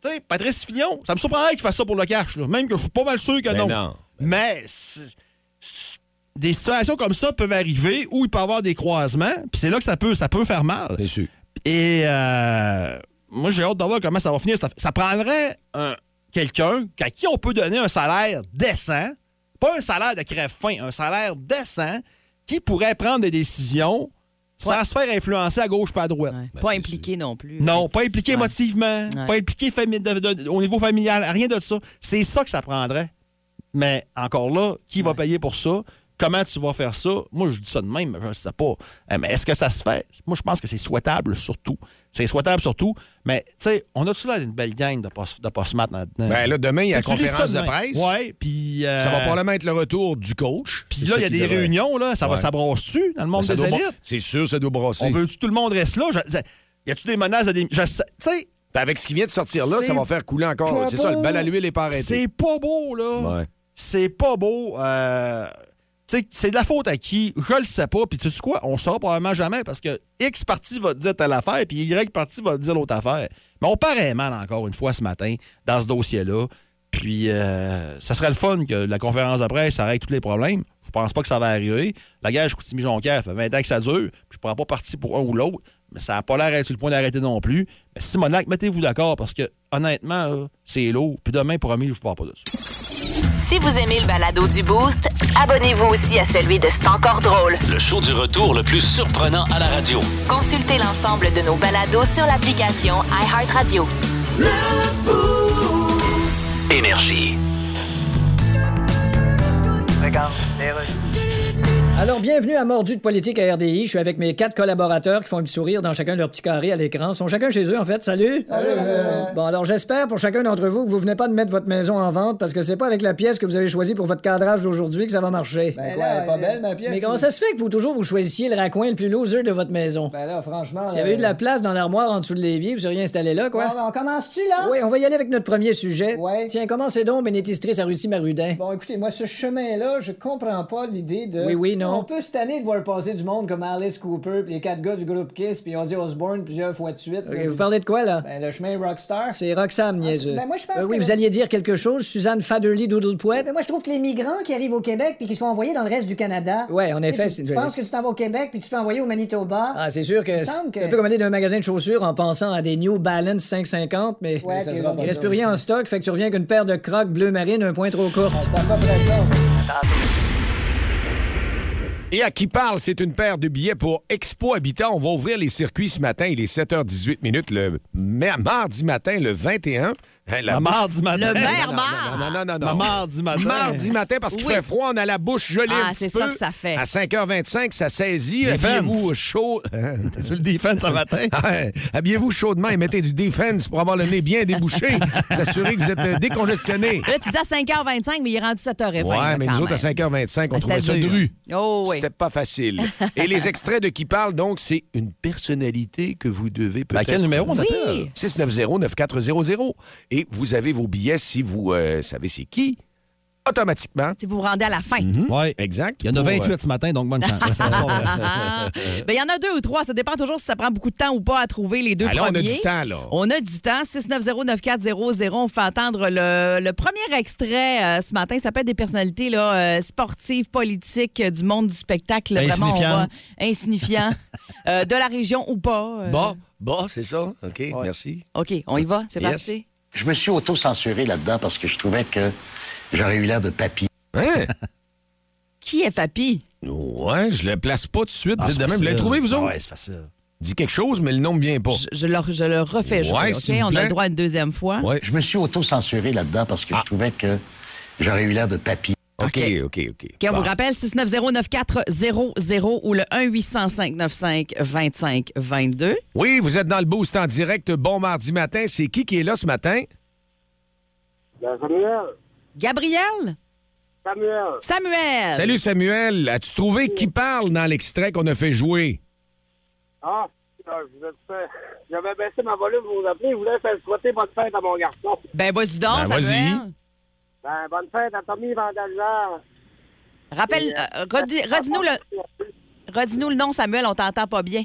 S5: tu sais, Patrice Fillon, ça me surprendrait qu'il fasse ça pour le cash. là. Même que je suis pas mal sûr que
S3: Ben
S5: non.
S3: non.
S5: Mais c'est- c'est- des situations comme ça peuvent arriver où il peut y avoir des croisements, puis c'est là que ça peut, ça peut faire mal.
S3: Bien sûr.
S5: Et euh, moi, j'ai hâte de voir comment ça va finir. Ça, ça prendrait un- quelqu'un à qui on peut donner un salaire décent, pas un salaire de crève fin, un salaire décent qui pourrait prendre des décisions sans se faire influencer à gauche pas à droite.
S4: Ouais. pas impliqué non plus.
S5: Non, pas impliqué
S4: Ouais.
S5: émotivement,
S4: Ouais.
S5: pas impliqué fami- de- de- au niveau familial, rien de ça. C'est ça que ça prendrait. Mais encore là, qui va payer pour ça? Comment tu vas faire ça? Moi, je dis ça de même, mais je ne sais pas. Euh, Mais est-ce que ça se fait? Moi, je pense que c'est souhaitable surtout. C'est souhaitable surtout. Mais, tu sais, on a-tu là une belle gang de, post- de post-mat là-dedans?
S3: Ben là, demain, il y a la
S5: Tu sais, tu lis ça
S3: conférence de
S5: demain.
S3: presse.
S5: Ouais, puis. euh,
S3: Ça va probablement être le retour du coach.
S5: Puis
S3: C'est
S5: là,
S3: ça
S5: il y a
S3: qui
S5: des
S3: devrait-
S5: réunions, là. Ça, va
S3: Ouais.
S5: ça brasse-tu dans le monde
S3: Ça
S5: des
S3: doit bra-
S5: élites?
S3: C'est sûr, ça doit brasser.
S5: On veut-tu que tout le monde reste là? Je- je- y a-tu des menaces de dé- je sais- Tu sais,
S3: Ben, avec ce qui vient de sortir là,
S5: C'est
S3: ça va faire couler encore.
S5: pas
S3: C'est ça, le
S5: beau.
S3: bal à l'huile est pas arrêté.
S5: C'est pas beau, là.
S3: Ouais.
S5: C'est pas beau. euh, tu sais, c'est de la faute à qui? Je le sais pas. Puis tu sais quoi? On saura probablement jamais parce que X parti va te dire telle affaire puis Y parti va te dire l'autre affaire. Mais on paraît mal encore une fois ce matin dans ce dossier-là. Puis euh, ça serait le fun que la conférence de presse arrête tous les problèmes. Je pense pas que ça va arriver. La guerre Coutimi-Jonquière fait 20 ans que ça dure. puis je prends pas parti pour un ou l'autre. Mais ça n'a pas l'air d'être sur le point d'arrêter non plus. Mais Simonac, mettez-vous d'accord parce que honnêtement, là, c'est lourd. Puis demain, pour Amélie, je ne parle pas de ça.
S1: Si vous aimez le balado du Boost, abonnez-vous aussi à celui de C'est encore drôle.
S2: Le show du retour le plus surprenant à la radio.
S1: Consultez l'ensemble de nos balados sur l'application iHeartRadio.
S2: Énergie.
S10: regarde les rues.
S11: Alors, bienvenue à Mordu de politique à RDI. Je suis avec mes quatre collaborateurs qui font un petit sourire dans chacun de leur petit carré à l'écran. Ils sont chacun chez eux, en fait. Salut!
S12: Salut, salut.
S11: Bon, alors j'espère pour chacun d'entre vous que vous venez pas de mettre votre maison en vente parce que c'est pas avec la pièce que vous avez choisie pour votre cadrage d'aujourd'hui que ça va marcher.
S12: Ben quoi, elle est pas belle, ma pièce,
S11: Mais
S12: ou-
S11: comment ça se fait que vous toujours vous choisissiez le raccoin le plus loser de votre maison?
S12: Ben là, franchement.
S11: S'il y avait
S10: euh,
S11: eu de la place dans l'armoire en dessous de l'évier, vous seriez installé là, quoi?
S12: Ouais, ben, on commence-tu, là?
S11: Oui, on va y aller avec notre premier sujet. Tiens, commencez donc, bénétistrice Aruti Marudin.
S12: Bon, écoutez, moi, ce chemin-là, je comprends pas l'idée de.
S11: Oui, oui, non.
S12: On peut cette année de voir passer du monde comme Alice Cooper, puis les quatre gars du groupe Kiss, puis Ozzy Osbourne plusieurs fois de suite.
S11: Ok,
S12: là.
S11: vous parlez de quoi, là?
S12: Ben, le chemin Rockstar.
S11: C'est Roxham, niaiseux.
S12: ben, moi, je pense
S11: Euh, oui,
S12: que-
S11: vous alliez dire quelque chose, Suzanne Faderly Doodlepouet.
S10: Mais ben, moi, je trouve que les migrants qui arrivent au Québec puis qui se font envoyer dans le reste du Canada.
S11: Ouais, en
S10: Tu sais,
S11: effet, c'est
S10: Tu,
S11: une
S10: tu
S11: jolie-
S10: penses que tu t'en vas au Québec puis tu te fais envoyer au Manitoba.
S11: Ah, c'est sûr que
S10: Il me semble
S11: c'est
S10: que.
S11: un peu comme aller d'un magasin de chaussures en pensant à des New Balance 550, mais
S10: Ouais,
S11: ça
S10: puis
S11: sera
S10: bon,
S11: pas il reste
S10: bon.
S11: plus rien en stock, fait que tu reviens avec une paire de crocs bleu marine un point trop courte.
S3: Et à qui parle, c'est une paire de billets pour Expo Habitat. On va ouvrir les circuits ce matin. Il est 7h18 minutes le ma- mardi matin, le 21. Hein, la
S5: Le
S3: bouche-
S5: mardi matin. Le maire
S3: Non,
S5: marre.
S3: Non, non, non, non. non.
S5: Le mardi matin.
S3: Mardi matin, parce qu'il
S5: Oui.
S3: fait froid, on a la bouche gelée
S5: Ah,
S3: un petit
S5: c'est ça
S3: peu.
S5: que ça fait.
S3: À 5h25, ça saisit.
S5: Defense.
S3: Habillez-vous chaud. T'es sur le defense ce matin? Habillez-vous chaudement et mettez du defense pour avoir le nez bien débouché. S'assurer que vous êtes euh, décongestionné.
S4: Là, tu dis à 5h25, mais il est rendu 7h20.
S3: Ouais, mais nous autres, à 5h25, on trouvait ça
S4: dur.
S3: dru.
S4: Oh, oui.
S3: C'était pas facile. Et les extraits de qui parle, donc, c'est une personnalité que vous devez peut-être...
S5: Bah, quel numéro on Oui. appelle?
S3: 690-9400. Et vous avez vos billets, si vous euh, savez c'est qui, automatiquement. Mhm.
S4: Si vous vous rendez à la fin.
S5: Oui.
S3: Exact.
S5: Il y en a
S3: Pour, euh,
S5: 28 ce matin, donc bonne chance.
S3: Ah,
S5: Ah,
S4: Ben, il y en a deux ou trois. Ça dépend toujours si ça prend beaucoup de temps ou pas à trouver les deux
S5: Ah, là, on a
S4: premiers.
S5: du temps, là.
S4: On a du temps. 690-9400. On fait entendre le, le premier extrait euh, ce matin. Ça peut être des personnalités là, euh, sportives, politiques, euh, du monde du spectacle. Vraiment, on
S3: Insignifiant.
S4: va- insignifiant. Euh, de la région ou pas. euh.
S3: Bon, bon, c'est ça. hein. OK, merci.
S4: OK, on y va. C'est
S3: Yes.
S4: parti.
S13: Je me suis auto-censuré là-dedans parce que je trouvais que j'aurais eu l'air de papy.
S4: Qui est papy?
S3: Hein? Ouais, je le place pas tout de suite.
S5: Ah,
S3: vite
S5: c'est
S3: de même. Vous l'avez
S5: facile.
S3: trouvé, vous autres?
S5: Ouais, c'est facile.
S3: Dit quelque chose, mais le nom me vient pas.
S4: Je, le, je le refais jouer.
S13: Ouais,
S4: OK?
S13: s'il vous
S4: On a
S13: plaît.
S4: le droit à une deuxième fois.
S13: Je me suis auto-censuré là-dedans parce que je trouvais que j'aurais eu l'air de papy.
S3: Ah. OK, OK, OK.
S4: OK, on vous rappelle 690-9400 ou le 1-800-595-2522.
S3: Oui, vous êtes dans le boost en direct. Bon mardi matin. C'est qui qui est là ce matin?
S14: Samuel.
S4: Gabriel?
S14: Samuel.
S4: Samuel.
S3: Salut Samuel, as-tu trouvé qui parle dans l'extrait qu'on a fait jouer?
S14: Ah, euh, je vous ai fait- J'avais baissé ma volume pour vous appeler. Je voulais faire souhaiter bonne fête à mon garçon.
S4: Ben, vas-y donc,
S14: Ben, vas-y.
S4: Samuel.
S14: Ben, bonne fête à Tommy Vandalzard.
S4: Rappelle, euh, redis- redis-nous le, redis-nous le nom, Samuel, on t'entend pas bien.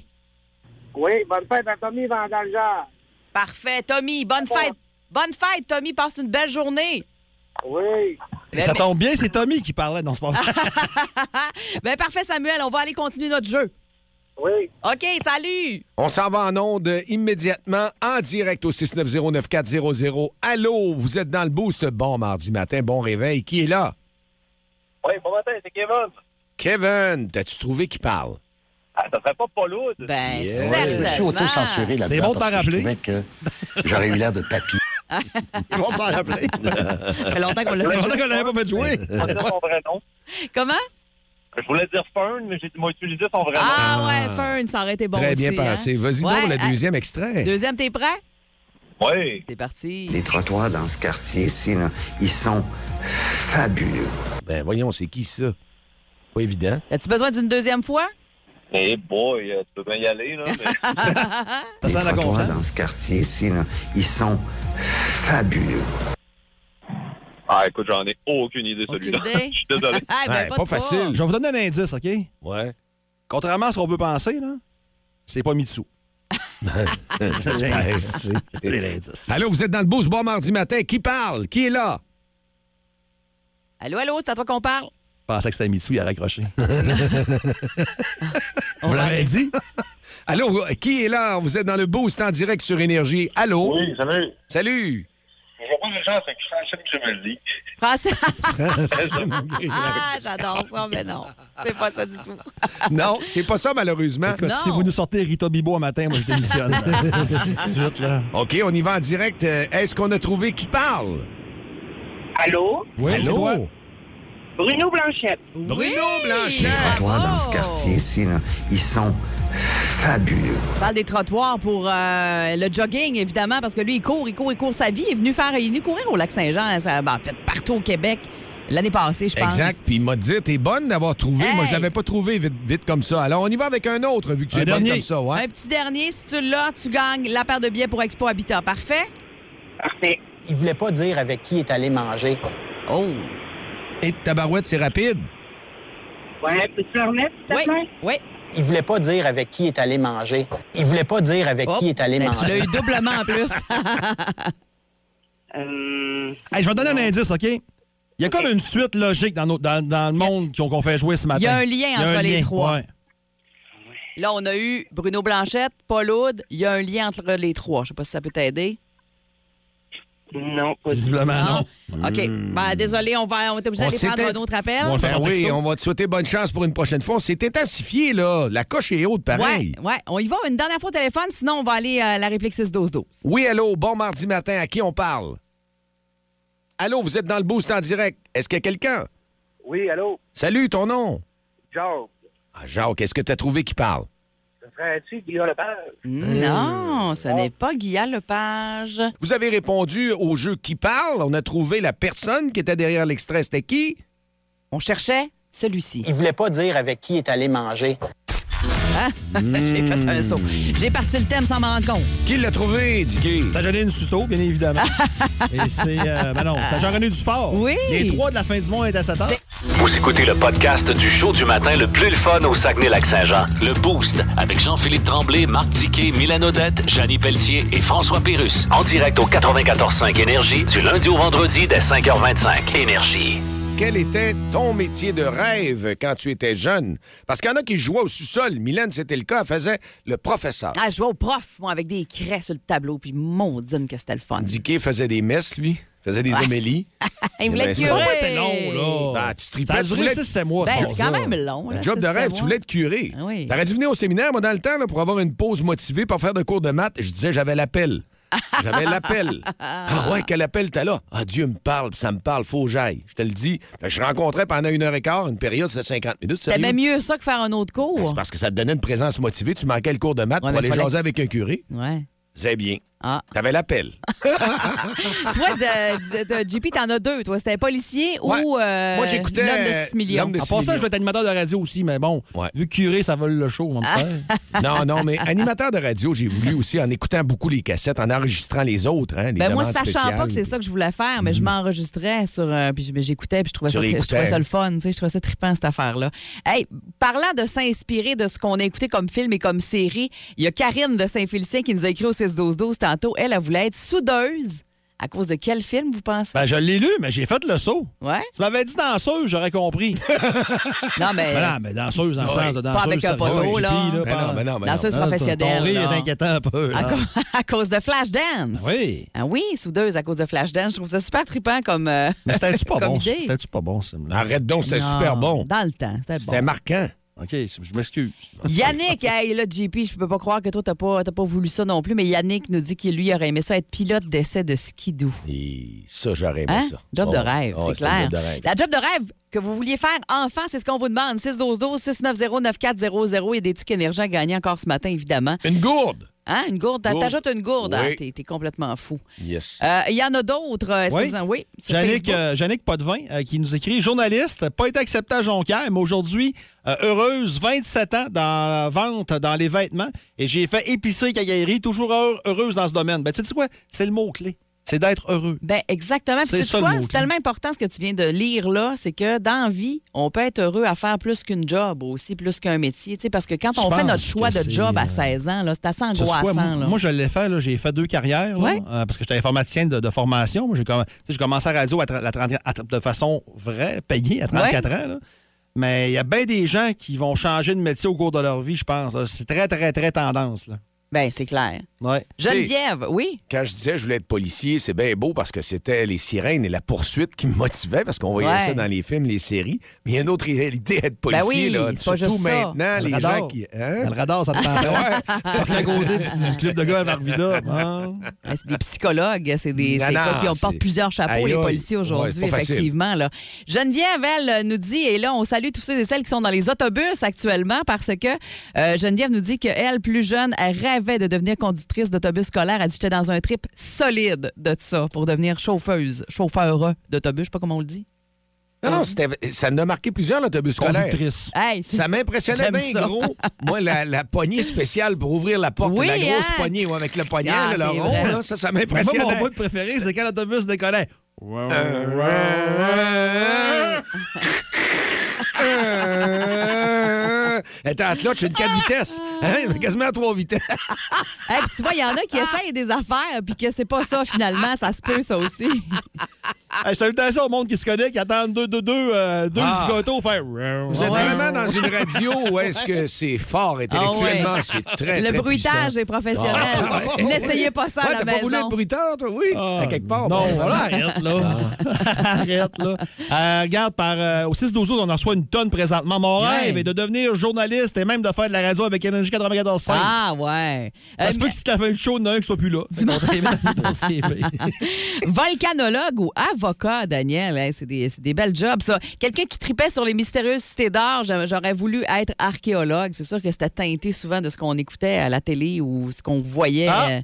S14: Oui, bonne fête à Tommy Vandalzard.
S4: Parfait, Tommy, bonne fête. Bonne fête, Tommy, passe une belle journée.
S14: Oui.
S5: Et ça tombe bien, c'est Tommy qui parlait. Non, c'est pas vrai.
S4: Ben, parfait, Samuel, on va aller continuer notre jeu.
S14: Oui.
S4: OK, salut.
S3: On s'en va en onde immédiatement, en direct au 690-9400. Allô, vous êtes dans le boost. Bon mardi matin, bon réveil. Qui est là?
S15: Oui, bon matin, c'est Kevin.
S3: Kevin, t'as-tu trouvé qui parle?
S15: Ah, ça serait pas pas lourd.
S4: Ben,
S13: Je me suis auto-censuré
S5: Des
S13: là-dedans
S5: bons de
S13: parce
S5: t'en
S13: que je trouvais que j'aurais eu l'air de papy.
S5: Ils vont s'en rappeler. Ça
S4: fait longtemps qu'on l'a
S5: fait
S4: fait
S5: longtemps
S4: jouer.
S5: qu'on l'avait pas fait jouer.
S15: On dit son vrai nom.
S4: Comment?
S15: Je voulais dire Fern, mais j'ai dit, moi, utilisé son vrai nom.
S4: Ah, ouais, Fern, ça aurait été bon
S3: Très bien
S4: aussi, hein?
S3: pensé. Vas-y
S4: Ouais,
S3: donc, le
S4: à-
S3: deuxième extrait.
S4: Deuxième, t'es prêt?
S15: Oui.
S4: C'est parti.
S13: Les trottoirs dans ce quartier-ci, là, ils sont fabuleux.
S3: Ben voyons, c'est qui ça? Pas évident.
S4: As-tu besoin d'une deuxième fois?
S15: Eh boy, euh, tu peux bien y aller, là. mais-
S13: Les trottoirs
S4: hein?
S13: dans ce quartier-ci, là, ils sont fabuleux.
S15: Ah, écoute, j'en ai aucune idée, celui-là.
S4: idée.
S15: Je suis désolé.
S4: Ah, ben, Ouais, pas pas de facile.
S5: Je vais vous donner un indice, OK?
S3: Ouais.
S5: Contrairement à ce qu'on peut penser, là, c'est pas Mitsu.
S3: Ben, c'est- Allô, vous êtes dans le boost. Bon mardi matin. Qui parle? Qui est là?
S4: Allô, allô, Oh, c'est à toi qu'on parle.
S5: Je pensais que c'était Mitsu, il a raccroché.
S3: On l'avait dit? Allô, qui est là? Vous êtes dans le boost en direct sur Énergie. Allô?
S15: Oui, salut.
S3: Salut.
S15: Je vois pas
S4: Ah.
S15: de chance avec Francine Grimaldi.
S4: Français. ah, j'adore ça, mais non. C'est pas ça du tout.
S3: Non, c'est pas ça, malheureusement.
S5: Écoute, si vous nous sortez Rita Bibo un matin, moi, je démissionne. Tout de suite, là.
S3: OK, on y va en direct. Euh, Est-ce qu'on a trouvé qui parle?
S16: Allô?
S5: Oui, c'est
S3: Allô?
S5: toi.
S14: Bruno Blanchette.
S3: Bruno Blanchet.
S13: Les trottoirs dans
S4: Oh!
S13: ce quartier ici, là, ils sont fabuleux.
S4: On parle des trottoirs pour euh, le jogging, évidemment, parce que lui, il court, il court, il court sa vie. Il est venu faire, il est venu courir au lac Saint-Jean, hein, ça- ben, en fait, partout au Québec, l'année passée, je pense.
S3: Exact. Puis il m'a dit, t'es bonne d'avoir trouvé. Moi, je l'avais pas trouvé vite, vite comme ça. Alors, on y va avec un autre, vu que tu
S5: Un
S3: es bonne
S5: dernier.
S3: comme ça, ouais.
S4: Un petit dernier, si tu l'as, tu gagnes la paire de billets pour Expo Habitat. Parfait?
S16: Il voulait pas dire avec qui il est allé manger.
S4: Oh!
S3: Et ta barouette, c'est rapide.
S16: Ouais, peux-tu le remettre, oui.
S4: oui.
S16: Il voulait pas dire avec qui il est allé manger. Il voulait pas dire avec
S4: Hop,
S16: qui il est allé
S4: ben,
S16: manger.
S4: Tu l'as eu doublement en plus. Euh,
S5: Hey, je vais te donner un indice, OK? Il y a comme une suite logique dans, nos- dans- dans le monde qu'on qu'on fait jouer ce matin.
S4: Il y a un lien
S5: Il
S4: entre
S5: un
S4: les trois.
S5: ouais.
S4: Là, on a eu Bruno Blanchette, Paul Aude. Il y a un lien entre les trois. Je sais pas si ça peut t'aider.
S14: Non,
S5: Visiblement, non. Mmh.
S4: OK. Ben, désolé, on va, on est obligé
S3: Hmm. On
S4: d'aller prendre
S3: s'était-
S4: un autre appel.
S3: Ben oui, on va te souhaiter bonne chance pour une prochaine fois. On s'est intensifié, là. La coche est haute, pareil.
S4: Ouais, ouais. On y va une dernière fois au téléphone, sinon on va aller à la réplique 6-12-12.
S3: Oui, allô, bon mardi matin. À qui on parle? Allô, vous êtes dans le boost en direct. Est-ce qu'il y a quelqu'un?
S14: Oui, allô?
S3: Salut, ton nom?
S14: Genre,
S3: Ah, Jacques, est-ce que tu as trouvé qui parle?
S14: ce serait-tu Guillaume Lepage?
S8: Hum,
S4: Non, ce n'est pas Guillaume Lepage.
S3: Oh. Vous avez répondu au jeu qui parle. On a trouvé la personne qui était derrière l'extrait. C'était qui?
S4: On cherchait celui-ci.
S16: Il voulait pas dire avec qui il est allé manger.
S4: Hein? J'ai fait un saut. J'ai parti le thème sans m'en rendre compte.
S3: Qui l'a trouvé, Dicky?
S5: C'est à Janine Suto, bien évidemment. Et c'est. euh, ben non, c'est à Jean-René Dufort.
S4: Oui.
S5: Les trois de la fin du monde est à 7 heures.
S2: Vous écoutez le podcast du show du matin le plus le fun au Saguenay-Lac-Saint-Jean. Le Boost avec Jean-Philippe Tremblay, Marc Tiquet, Milan Odette, Janine Pelletier et François Pérus. En direct au 94.5 Énergie du lundi au vendredi dès 5h25. Énergie.
S3: Quel était ton métier de rêve quand tu étais jeune? Parce qu'il y en a qui jouaient au sous-sol. Mylène, c'était le cas. Elle faisait le professeur.
S4: Ah, je vois au prof, moi, avec des craies sur le tableau, puis maudine que c'était le fun.
S3: Dicky E faisait des messes, lui. Faisait des
S4: Ouais.
S3: homélies.
S4: Il voulait
S3: Ben,
S4: être
S3: ça,
S4: curé.
S3: ça était long, là. Ah, tu tripais,
S5: Ça a
S3: tu
S5: duré
S3: voulais-
S5: six, sept mois,
S4: Ben, c'est quand même long.
S3: Un
S4: là,
S3: job
S4: six,
S3: de
S4: sept
S3: rêve, tu
S4: mois.
S3: voulais être curé.
S4: Ah oui.
S3: T'aurais dû venir au séminaire, moi, dans le temps, là, pour avoir une pause motivée, pour faire de cours de maths. Je disais, j'avais l'appel. J'avais l'appel. Ah ouais, quel appel t'as là? Ah, Dieu me parle, puis ça me parle, faut que j'aille. Je te le dis. Fait que Je rencontrais pendant une heure et quart, une période, c'était 50 minutes. sérieux. Ben,
S4: T'aimais mieux ça que faire un autre cours.
S3: C'est parce que ça te donnait une présence motivée. Tu manquais le cours de maths
S4: Ouais,
S3: pour
S4: mais
S3: aller
S4: fallait-
S3: jaser avec un curé.
S4: Ouais.
S3: C'est bien.
S4: Ah.
S3: T'avais l'appel.
S4: toi, de, de- de- JP, t'en as deux. Toi, c'était policier ou euh,
S5: Moi, j'écoutais,
S4: l'homme de 6 millions.
S5: En passant, je vais être animateur de radio aussi, mais bon, vu que curé, ça vole le show, on va me
S4: Ah.
S5: faire.
S3: Non, non, mais animateur de radio, j'ai voulu aussi en écoutant beaucoup les cassettes, en enregistrant les autres, hein, les
S4: Ben moi,
S3: demandes
S4: sachant
S3: spéciales.
S4: pas que c'est ça que je voulais faire,
S5: Mm-hmm.
S4: mais je m'enregistrais sur. euh, puis je- mais j'écoutais, puis je trouvais,
S3: Tu
S4: ça, je
S3: réécoutais.
S4: trouvais ça le fun. tu sais, Je trouvais ça trippant, cette affaire-là. Hey, parlant de s'inspirer de ce qu'on a écouté comme film et comme série, il y a Karine de Saint-Félicien qui nous a écrit au 6-12-12 tantôt. Elle, elle voulait être soudeuse. À cause de quel film, vous pensez?
S5: Ben, je l'ai lu, mais j'ai fait le saut.
S4: Ouais?
S5: Tu m'avais dit danseuse, j'aurais compris.
S4: Non, mais.
S5: Ben non, mais danseuse, dans le sens de
S4: Pas
S5: danseuse.
S4: avec
S5: sérieux,
S4: un poteau,
S5: hippie,
S4: là. Ben
S5: pas-
S4: non, ben non, ben non. Danseuse
S5: Non, ton-
S4: professionnelle,
S5: Ton rire
S4: là.
S5: est inquiétant un peu.
S4: À,
S5: là.
S4: cau- à cause de Flashdance.
S5: Ah oui.
S4: Ah oui, soudeuse à cause de Flashdance. Je trouve ça super trippant comme. euh,
S5: Mais c'était-tu pas
S4: comme
S5: bon?
S4: idée.
S5: C'était-tu pas bon, ça?
S3: Arrête donc, c'était
S4: Non,
S3: super bon.
S4: Dans le temps, c'était bon.
S3: C'était marquant.
S5: OK, je m'excuse.
S4: Yannick, hey, là, JP, je peux pas croire que toi, t'as pas, t'as pas voulu ça non plus, mais Yannick nous dit qu'il lui aurait aimé ça être pilote d'essai de skidoo.
S3: Et ça, j'aurais aimé
S4: Hein?
S3: ça.
S4: Job de
S3: Oh,
S4: rêve,
S3: oh,
S4: c'est
S3: un
S4: clair.
S3: job de rêve.
S4: La job de rêve que vous vouliez faire enfant, c'est ce qu'on vous demande. 612-12-690-9400. Il y a des trucs énergents à gagner encore ce matin, évidemment.
S3: Une gourde!
S4: Hein? Une gourde? T'as-
S3: Gourde.
S4: T'ajoutes une gourde?
S5: Oui.
S4: Ah, t'es, t'es complètement fou.
S3: Yes.
S4: Euh, Il y en a d'autres. Est-ce que
S5: Oui.
S4: vous en- oui sur
S5: Jannick,
S4: Facebook.
S5: euh, Jannick Potvin euh, qui nous écrit Journaliste, pas été accepté à Jonquière, mais aujourd'hui, euh, heureuse, 27 ans dans la vente, dans les vêtements. Et j'ai fait épicerie, caillerie, toujours heure- heureuse dans ce domaine. Ben, tu sais quoi? C'est le mot-clé. C'est d'être heureux.
S4: Ben, exactement. Puis
S5: C'est
S4: sais-tu
S5: ça, le
S4: quoi?
S5: mot-clé.
S4: C'est tellement important ce que tu viens de lire là, c'est que dans la vie, on peut être heureux à faire plus qu'une job aussi, plus qu'un métier. tu sais, Parce que quand on
S5: Je
S4: fait
S5: pense
S4: notre choix
S5: que
S4: de
S5: c'est,
S4: job à
S5: euh,
S4: 16 ans, là, c'est assez
S5: Tu sais quoi,
S4: angoissant.
S5: moi,
S4: là.
S5: moi, je l'ai fait, là, j'ai fait deux carrières, là,
S4: Ouais.
S5: euh, parce que j'étais informaticien de, de formation. Moi, J'ai comm- tu sais, j'ai commencé à radio à tra- la 30 à- de façon vraie, payée à 34 ans. là. Mais il y a bien des Ah, gens qui vont changer de métier au cours de leur vie, je pense. là. C'est très, très, très tendance. là.
S4: Ben, c'est clair.
S5: Ouais.
S4: Geneviève, oui.
S3: Quand je disais je voulais être policier, c'est bien beau parce que c'était les sirènes et la poursuite qui me motivaient parce qu'on voyait
S4: Ouais.
S3: ça dans les films, les séries. Mais il y a une autre réalité à être policier,
S4: Ben oui,
S3: là.
S4: c'est pas
S3: Surtout
S4: juste ça.
S3: maintenant,
S4: Le
S3: les
S5: radar. Ben,
S3: gens qui. Hein?
S5: Le radar, ça te parle. Parc à côté du, du club de gars à Marvida. Hein?
S4: Mais C'est des psychologues, hein, c'est des
S5: Non,
S4: c'est
S5: non,
S4: quoi qui ont
S5: c'est-
S4: portent plusieurs chapeaux,
S5: Aïe,
S4: les
S5: aïe.
S4: policiers aujourd'hui,
S5: Ouais, c'est pas facile.
S4: effectivement. Là. Geneviève, elle, euh, nous dit, et là, on salue tous ceux et celles qui sont dans les autobus actuellement parce que euh, Geneviève nous dit qu'elle, plus jeune, elle rêvait de devenir conductrice d'autobus scolaire. Elle dit J'étais dans un trip solide de ça pour devenir chauffeuse, chauffeur d'autobus, je sais pas comment on le dit.
S3: Non, non, c'était- ça en a marqué plusieurs, l'autobus scolaire.
S5: Oh. Conductrice.
S4: Hey, c'est-
S3: ça m'impressionnait
S4: j'aime
S3: bien,
S4: ça.
S3: gros. Moi, la, la poignée spéciale pour ouvrir la porte,
S5: Oui,
S3: la grosse
S5: hein?
S3: poignée ouais, avec le poignet,
S5: Ah,
S3: là, le
S5: c'est
S3: rond,
S5: vrai.
S3: là, ça, ça
S5: Moi,
S3: m'impressionnait. Euh,
S5: mon bout préféré, c'est quand l'autobus décollait.
S3: Elle était en clutch, une 4 vitesses. Hein? Il y avait Quasiment à 3 vitesses.
S4: Hey, puis tu vois, il y en a qui essayent des affaires puis que c'est pas ça finalement, ça se peut ça aussi.
S5: Hey, salutations au monde qui se connaît, qui attend deux, deux, deux, euh, deux
S3: Ah.
S5: zigotos faire.
S3: Vous êtes vraiment dans une radio où est-ce que c'est fort
S4: Ah Ah
S3: intellectuellement,
S4: ouais.
S3: c'est très,
S4: Le
S3: très
S4: bruitage
S3: puissant. Ah
S4: est professionnel. N'essayez pas ça à
S3: Oh, Ouais,
S4: la
S3: t'as pas
S4: maison.
S3: voulu être bruiteur, toi, oui? à quelque part.
S5: Ah, Non,
S3: bon.
S5: voilà, arrête là. arrête là. Euh, regarde, par, euh, au 6-12 août, on en reçoit une tonne présentement. Mon
S4: Ouais.
S5: rêve est de devenir journaliste et même de faire de la radio avec Énergie 94.5.
S4: Ah, ouais.
S5: Ça
S4: Euh,
S5: se peut que si t'as fait le show, il y en a un qui soit plus là. Fait qu'on t'a mis dans ton CV.
S4: Volcanologue ou avocat, Daniel, hein, c'est des, c'est des belles jobs, ça. Quelqu'un qui tripait sur les mystérieuses cités d'art, j'a- j'aurais voulu être archéologue. C'est sûr que c'était teinté souvent de ce qu'on écoutait à la télé ou ce qu'on voyait
S5: Ah.
S4: euh,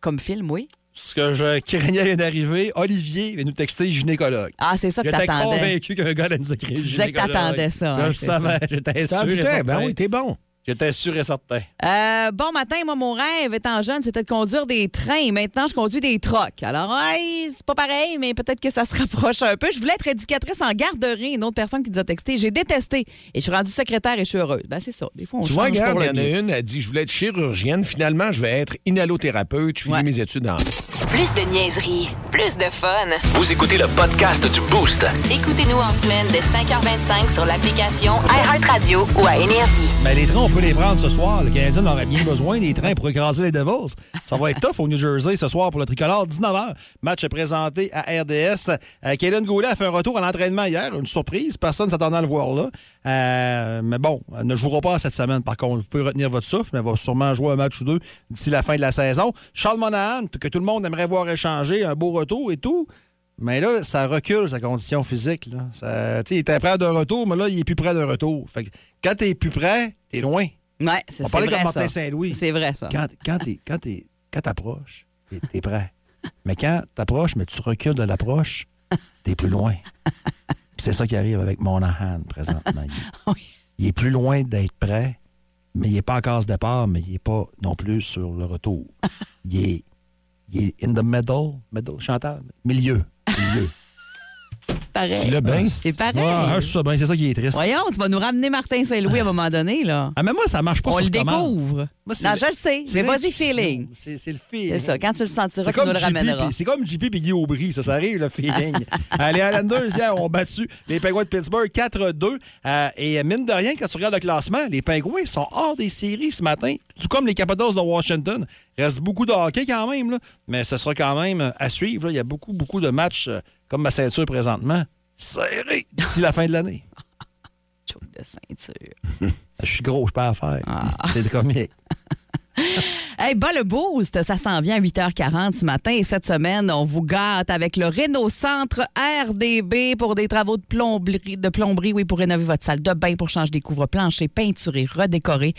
S4: comme film, oui.
S5: Ce que je craignais vient d'arriver, Olivier vient nous texter gynécologue.
S4: Ah, c'est ça que
S5: J'étais
S4: t'attendais.
S5: convaincu qu'un gars allait nous écrire
S4: Tu disais que
S5: gynécologue.
S4: t'attendais ça, hein,
S5: Là, je
S4: c'est
S5: savais,
S4: ça.
S5: j'étais
S3: Tu t'en
S5: sûr et
S3: doutais, ben
S5: certain.
S3: oui, t'es bon.
S5: J'étais sûr et certain.
S4: Euh, bon matin, moi, mon rêve, étant jeune, c'était de conduire des trains. Maintenant, je conduis des trocs. Alors, ouais, c'est pas pareil, mais peut-être que ça se rapproche un peu. Je voulais être éducatrice en garderie. Une autre personne qui nous a texté, j'ai détesté. Et je suis rendue secrétaire et je suis heureuse. Ben, c'est ça. Des fois, on
S3: Tu vois,
S4: change
S3: regarde,
S4: pour
S3: il y
S4: le
S3: en
S4: bien.
S3: a une, elle dit Je voulais être chirurgienne, finalement, je vais être inhalothérapeute, je finis mes études en.
S1: Plus de niaiserie, plus de fun.
S2: Vous écoutez le podcast du Boost.
S1: Écoutez-nous en semaine de 5h25 sur l'application iHeartRadio ou à Énergie.
S5: Mais les trains, on peut les prendre ce soir. Le Canadien en aurait bien besoin des trains pour écraser les Devils. Ça va être tough au New Jersey ce soir pour le tricolore, 19h. Match présenté à RDS. Euh, Kaylin Goulet a fait un retour à l'entraînement hier. Une surprise. Personne ne s'attendait à le voir là. Euh, mais bon, elle ne jouera pas cette semaine. Par contre, vous pouvez retenir votre souffle, mais elle va sûrement jouer un match ou deux d'ici la fin de la saison. Charles Monahan, que tout le monde aimerait voir échanger, un beau retour et tout. Mais là, ça recule sa condition physique. Là. Ça, tu sais, il était près d'un retour, mais là, il est plus près d'un retour. Fait que quand t'es plus près, t'es loin.
S4: Ouais, c'est
S5: On
S4: c'est
S5: parlait
S4: vrai,
S5: comme Martin
S4: ça.
S5: Saint-Louis.
S4: C'est vrai, ça.
S5: Quand, quand t'es- quand t'es- quand t'approches, t'es t'es prêt. Mais quand t'approches, mais tu recules de l'approche, t'es plus loin. Puis c'est ça qui arrive avec Monahan présentement. Il, il est plus loin d'être prêt, mais il n'est pas encore ce départ, mais il n'est pas non plus sur le retour. Il est, il est in the middle, middle, Chantal, milieu. Milieu.
S4: Pareil.
S5: Tu l'as bien.
S4: C'est pareil.
S5: Ouais, hein, je suis ça bien, c'est ça qui est triste.
S4: Voyons, tu vas nous ramener Martin Saint-Louis à un moment donné, là.
S5: Ah, mais moi, ça marche pas
S4: On
S5: sur
S4: le
S5: commande.
S4: découvre.
S5: Moi, c'est
S4: non,
S5: le-
S4: je le sais.
S5: c'est
S4: Mais vas-y,
S5: l'intuition.
S4: feeling.
S5: C'est c'est le
S4: C'est
S5: feeling.
S4: ça. Quand tu le sentiras,
S5: C'est
S4: tu nous
S5: comme,
S4: le
S5: JP,
S4: ramèneras.
S5: puis- c'est comme JP et Guy Aubry, ça, ça arrive, le feeling. Euh, les Highlanders, hier, ont battu les Penguins de Pittsburgh 4-2. Euh, et mine de rien, quand tu regardes le classement, les Penguins sont hors des séries ce matin, tout comme les Capitals de Washington. Reste beaucoup de hockey quand même, là, mais ce sera quand même euh, à suivre. là. Il y a beaucoup, beaucoup de matchs, euh, comme ma ceinture présentement, serrés d'ici la fin de l'année.
S4: Choke de ceinture.
S5: Je suis gros, je peux à faire.
S4: Ah.
S5: C'est comique.
S4: Hey, bas le boost, ça s'en vient à 8h40 ce matin et cette semaine, on vous gâte avec le Réno Centre RDB pour des travaux de plomberie, de plomberie, oui, pour rénover votre salle de bain, pour changer des couvre-planchers, peinturer, redécorer.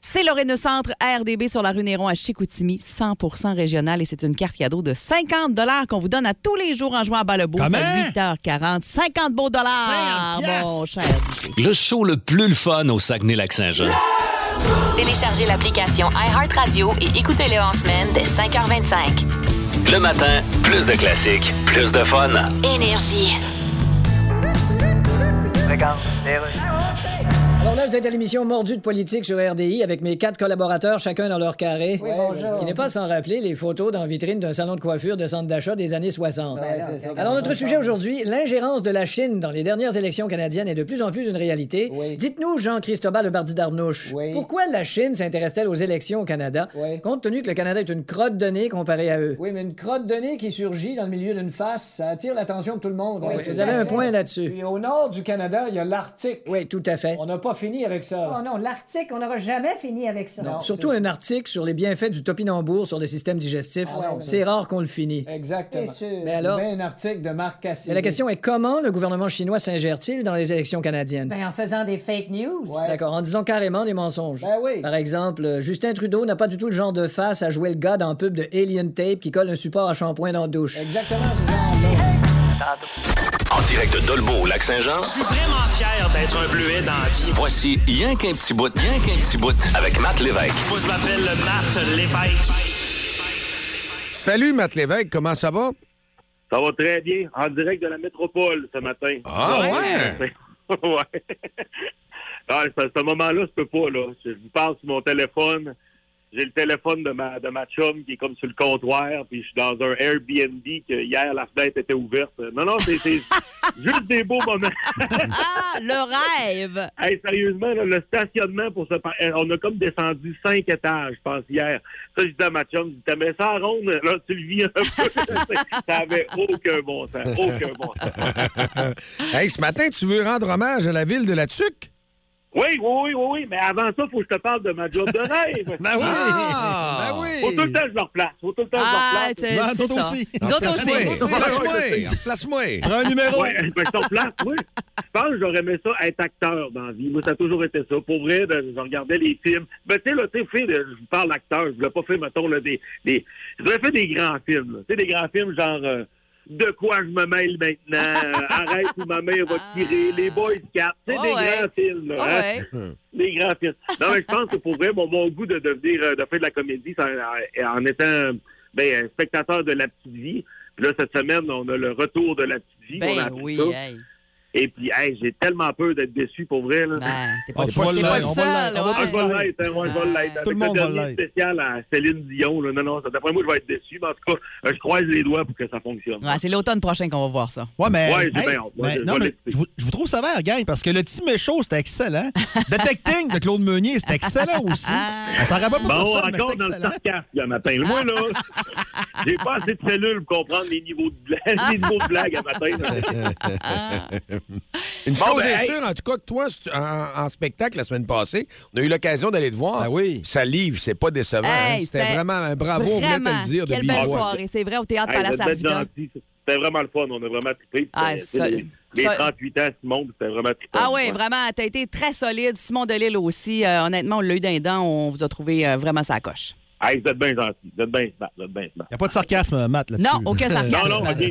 S4: C'est le Réno Centre RDB sur la rue Néron à Chicoutimi, 100% régional et c'est une carte cadeau de 50 dollars qu'on vous donne à tous les jours en jouant à bas le boost
S2: Comment?
S4: à 8h40. 50 beaux dollars, mon cher.
S2: Le show le plus le fun au Saguenay-Lac-Saint-Jean.
S1: Téléchargez l'application iHeartRadio et écoutez-le en semaine de 5h25.
S2: Le matin, plus de classiques, plus de fun.
S1: Énergie.
S11: Alors là, Mesdames, vous êtes à l'émission Mordu de politique sur RDI avec mes quatre collaborateurs, chacun dans leur carré.
S12: Oui, bonjour.
S11: Ce qui n'est pas sans rappeler les photos dans vitrine d'un salon de coiffure de centre d'achat des années 60.
S12: Ouais, c'est ça.
S11: Alors, notre sujet aujourd'hui, l'ingérence de la Chine dans les dernières élections canadiennes est de plus en plus une réalité. Dites-nous, Jean-Cristobal Bardi d'Arnouche, pourquoi la Chine s'intéresse-t-elle aux élections au Canada, compte tenu que le Canada est une crotte de nez comparée à eux?
S12: Oui, mais une crotte de nez qui surgit dans le milieu d'une face, ça attire l'attention de tout le monde. hein.
S11: Oui, vous avez un point là-dessus.
S12: Puis au nord du Canada, il y a l'Arctique.
S11: Oui, tout à fait.
S12: On n'a pas fini avec ça.
S10: Oh non, l'Arctique, on n'aura jamais fini avec ça.
S11: Non, surtout un article sur les bienfaits du topinambour sur le système digestif.
S12: Ah non,
S11: c'est rare qu'on le finit.
S12: Exactement.
S11: Bien sûr. Mais alors-
S12: un article de Marc Cassidy.
S11: Mais la question est comment le gouvernement chinois s'ingère-t-il dans les élections canadiennes?
S10: Ben, en faisant des fake news.
S11: D'accord, en disant carrément des mensonges.
S12: Ben
S1: Ben,
S11: Par exemple, euh, Justin Trudeau n'a pas du tout le genre de face à jouer le gars dans le pub de Alien Tape qui colle un support à shampoing dans la douche.
S12: Exactement.
S2: En direct de Dolbeau, Lac-Saint-Jean.
S17: Je suis vraiment fier d'être un bleuet dans la vie.
S2: Voici Y'en qu'un petit bout, y'en qu'un petit bout avec Matt Lévesque.
S17: Moi, je m'appelle Matt Lévesque.
S3: Salut, Matt Lévesque, comment ça va?
S18: Ça va très bien, en direct de la métropole ce matin.
S3: Ah,
S18: ouais? ouais. Ah, ce ce moment-là, je peux pas, là. Je vous parle sur mon téléphone. J'ai le téléphone de ma, de ma chum qui est comme sur le comptoir, puis je suis dans un Airbnb que hier, la fenêtre était ouverte. Non, non, c'est c'est juste des beaux moments.
S4: Ah, le rêve!
S18: Hey, sérieusement, là, le stationnement pour ce par- euh, on a comme descendu cinq étages, je pense, hier. Ça, je disais à ma chum, je disais, mais ça en ronde, là, tu le vis un peu. ça avait aucun bon sens, aucun bon sens.
S3: hey, ce matin, tu veux rendre hommage à la ville de la Tuque?
S18: Oui, oui, oui, oui, oui, mais avant ça, faut que je te parle de ma job de rêve.
S3: ben oui! Ben oui!
S18: Faut tout le temps que je leur place. Faut tout le temps que
S4: Ah,
S18: je
S4: c'est-
S18: leur place.
S4: c'est Ben, toi ça. aussi. Nous autres aussi. Nous autres aussi.
S3: Place-moi!
S18: Prends un numéro. Ouais, ben, je t'en place, oui. Je pense que j'aurais aimé ça être acteur dans la vie. Moi, ça a toujours été ça. Pour vrai, ben, je regardais les films. Ben, tu sais, là, tu sais, fait, je vous parle d'acteur. Je voulais pas faire, mettons, là, des, des... Je voulais faire des grands films. là. Tu sais, des grands films genre... euh, de quoi je me mêle maintenant? euh, Arrête ou ma mère va tirer. Les Boys Cats. C'est
S17: Ah
S18: des
S17: ouais.
S18: grands films. là,
S17: Ah
S18: hein? Des grands films. Non, mais je pense que pour vrai, mon, mon goût de devenir, euh, de faire de la comédie ça, euh, en étant euh, ben, un spectateur de la petite vie. Puis là, cette semaine, on a le retour de la petite vie.
S4: Ben
S18: on a appris
S4: oui,
S18: ça.
S4: hey.
S18: Et puis, hey, j'ai tellement peur d'être déçu, pour vrai. Là.
S4: t'es pas- Ah, tu t'es vas pas l'être, le on va seul, Ben. l'être, on va
S18: Ah,
S4: tous
S18: je vais
S4: l'être.
S18: l'être, hein, moi, je vais l'être.
S4: Tout
S18: Avec
S4: le monde
S18: le
S4: va
S18: dernier
S4: l'être.
S18: spécial à Céline Dion, là, non, non, ça- d'après moi, je vais être déçu. Mais en tout cas, euh, je croise les doigts pour que ça fonctionne.
S4: Ouais, c'est l'automne prochain qu'on va voir ça.
S5: Ouais, mais.
S18: Ouais, j'ai
S5: hey,
S18: bien hâte. Moi,
S5: mais-
S18: je- je
S5: non,
S18: vais
S5: mais
S18: l'écouter.
S5: je vous, je vous trouve sévère, gang, parce que le petit méchant, c'était excellent. Detecting de Claude Meunier, c'était excellent aussi. On s'en rappelle pas
S18: Bon,
S5: pour ça, mais
S18: encore
S5: c'était
S18: dans le
S5: excellent.
S18: sarcasme le matin. Moi, là, j'ai pas assez de cellules pour comprendre les niveaux de blague, les niveaux de blague à matin. là.
S3: Une
S18: Bon,
S3: chose
S18: ben,
S3: est
S18: hey.
S3: sûre, en tout cas, que toi, c'est- en, en spectacle la semaine passée, on a eu l'occasion d'aller te voir. Ah oui. Ça livre, c'est pas décevant. hein.
S4: Hey,
S3: C'était vraiment un bravo, on venait
S4: vraiment,
S3: te le dire de
S4: Quelle
S3: vive
S4: belle
S3: voix.
S4: soirée. C'est vrai, au théâtre
S18: Hey,
S4: Palace
S18: vous êtes
S4: Arvida.
S18: gentils. C'était vraiment le fun. On a vraiment trippé.
S4: Ah,
S18: C'était-
S4: ça-
S18: les, les
S4: ça-
S18: 38 ans, ce monde, c'était vraiment trippé.
S4: Ah ouais,
S18: Ouais.
S4: vraiment, t'as été très solide. Simon Delille aussi. Euh, honnêtement, on l'a eu d'un dent. On vous a trouvé euh, vraiment sa coche.
S18: Hey, vous êtes bien gentil. Vous êtes bien smart. Vous êtes bien smart.
S5: Y a pas de sarcasme, Matt, là-dessus.
S4: Non, aucun
S5: Ah,
S4: sarcasme.
S18: Non, non, OK.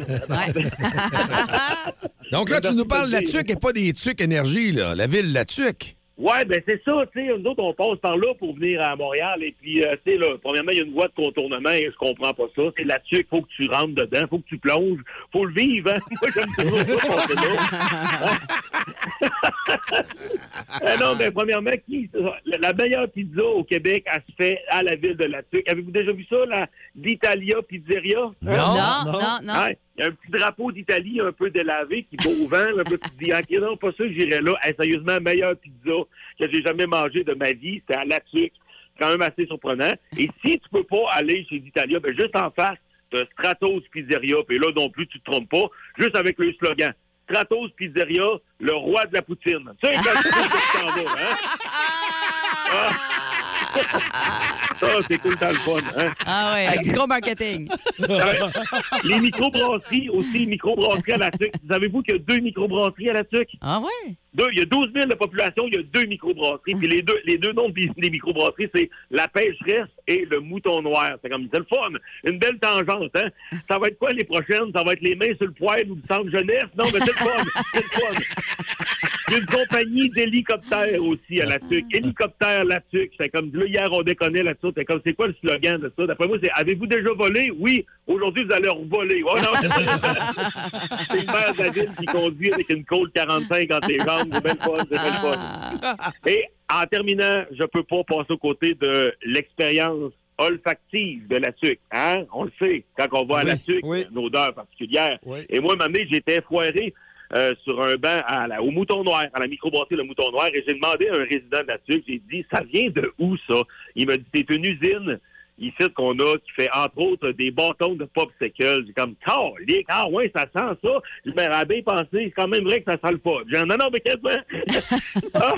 S3: Donc là, tu nous parles de la tuque et pas des tuques énergie, là. La ville, la tuque.
S18: Ouais, ben c'est ça, tu sais, nous autres, on passe par là pour venir à Montréal, et puis, euh, tu sais, là, premièrement, il y a une voie de contournement, et je comprends pas ça, c'est là-dessus qu'il faut que tu rentres dedans, faut que tu plonges, faut le vivre, hein? moi, j'aime toujours ça, passer là. Ah non, ben, premièrement, qui, la, la meilleure pizza au Québec, elle se fait à la ville de la Tuque. Avez-vous déjà vu ça, la d'Italia Pizzeria?
S4: Non, non, non.
S18: Ouais, Ah, il y a un petit drapeau d'Italie un peu délavé qui va au vent. Là, puis tu te dis, OK, non, pas sûr que j'irai là. Hey, sérieusement, meilleure pizza que j'ai jamais mangée de ma vie. C'était à la tuque. C'est quand même assez surprenant. Et si tu peux pas aller chez l'Italia, ben juste en face, de Stratos Pizzeria. Puis là non plus, tu te trompes pas. Juste avec le slogan. Stratos Pizzeria, le roi de la poutine. Tu sais, quand tu sais que tu t'en vas, hein? Ah. Ça, c'est cool dans le fun, hein?
S4: Ah ouais, du gros marketing.
S18: Les microbrasseries aussi, les microbrasseries à la TUC. Savez-vous qu'il y a deux microbrasseries à la TUC?
S4: Ah ouais?
S18: Deux, il y a 12 000 de population, il y a deux microbrasseries. Puis les deux, les deux noms des, des microbrasseries, c'est la pêcheresse et le mouton noir. C'est comme, c'est le fun. Une belle tangente, hein? Ça va être quoi les prochaines? Ça va être les mains sur le poêle ou le centre jeunesse? Non, mais c'est le fun. C'est le fun. Il y a une compagnie d'hélicoptères aussi à la tuque. Hélicoptère la tuque. C'est comme là, hier, on déconnait là-dessus. C'est comme c'est quoi le slogan de ça? D'après moi, c'est Avez-vous déjà volé? Oui. Aujourd'hui, vous allez revoler. Oh non! c'est le maire de la ville qui conduit avec une Colt 45 entre les jambes. fun, c'est bien le fun, c'est bien le fun. Et en terminant, je peux pas passer aux côtés de l'expérience olfactive de la sucre. Hein? On le sait, quand on va à la sucre, une odeur particulière. Et moi, ma année, j'étais foiré euh, sur un banc à la- au Mouton Noir, à la microbrasserie Le Mouton Noir, et j'ai demandé à un résident de la sucre, j'ai dit, ça vient de où, ça? Il m'a dit, c'est une usine ici qu'on a qui fait, entre autres, des bâtons de popsicle. J'ai comme, calique, ah ouais, ça sent ça. Je m'avais bien pensé, c'est quand même vrai que ça sent le pas. J'ai dit, non, non, mais quasiment. Ah,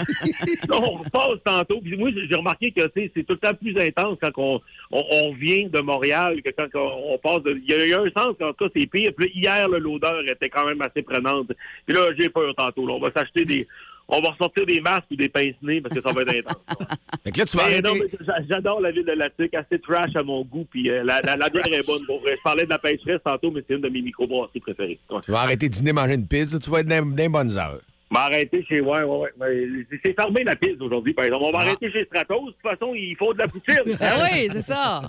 S18: on repasse tantôt. Puis moi, j'ai remarqué que tu sais, c'est tout le temps plus intense quand on, on, on vient de Montréal que quand on, on passe de. Il y, a- il y a un sens, en tout cas, c'est pire. Puis là, hier, là, l'odeur était quand même assez prenante. Puis là, j'ai peur tantôt. là. on va s'acheter des. On va ressortir des masques ou des pince-nez parce que ça va être intense.
S3: Donc là, tu vas
S18: Mais
S3: arrêter-
S18: non, mais j'a- J'adore la ville de Latic, assez trash à mon goût. Puis euh, la, la, la bière est bonne. Bon, je parlais de la pêcheresse tantôt, mais c'est une de mes microbrasseries préférées. Ouais.
S3: Tu vas arrêter de dîner, manger une pizza, tu vas être dans dans les bonnes heures.
S18: M'arrêter chez. Ouais, ouais, ouais. Mais C'est fermé la piste aujourd'hui, par exemple. On va arrêter chez Stratos. De toute façon, il faut de la poutine.
S4: Ah oui, c'est ça.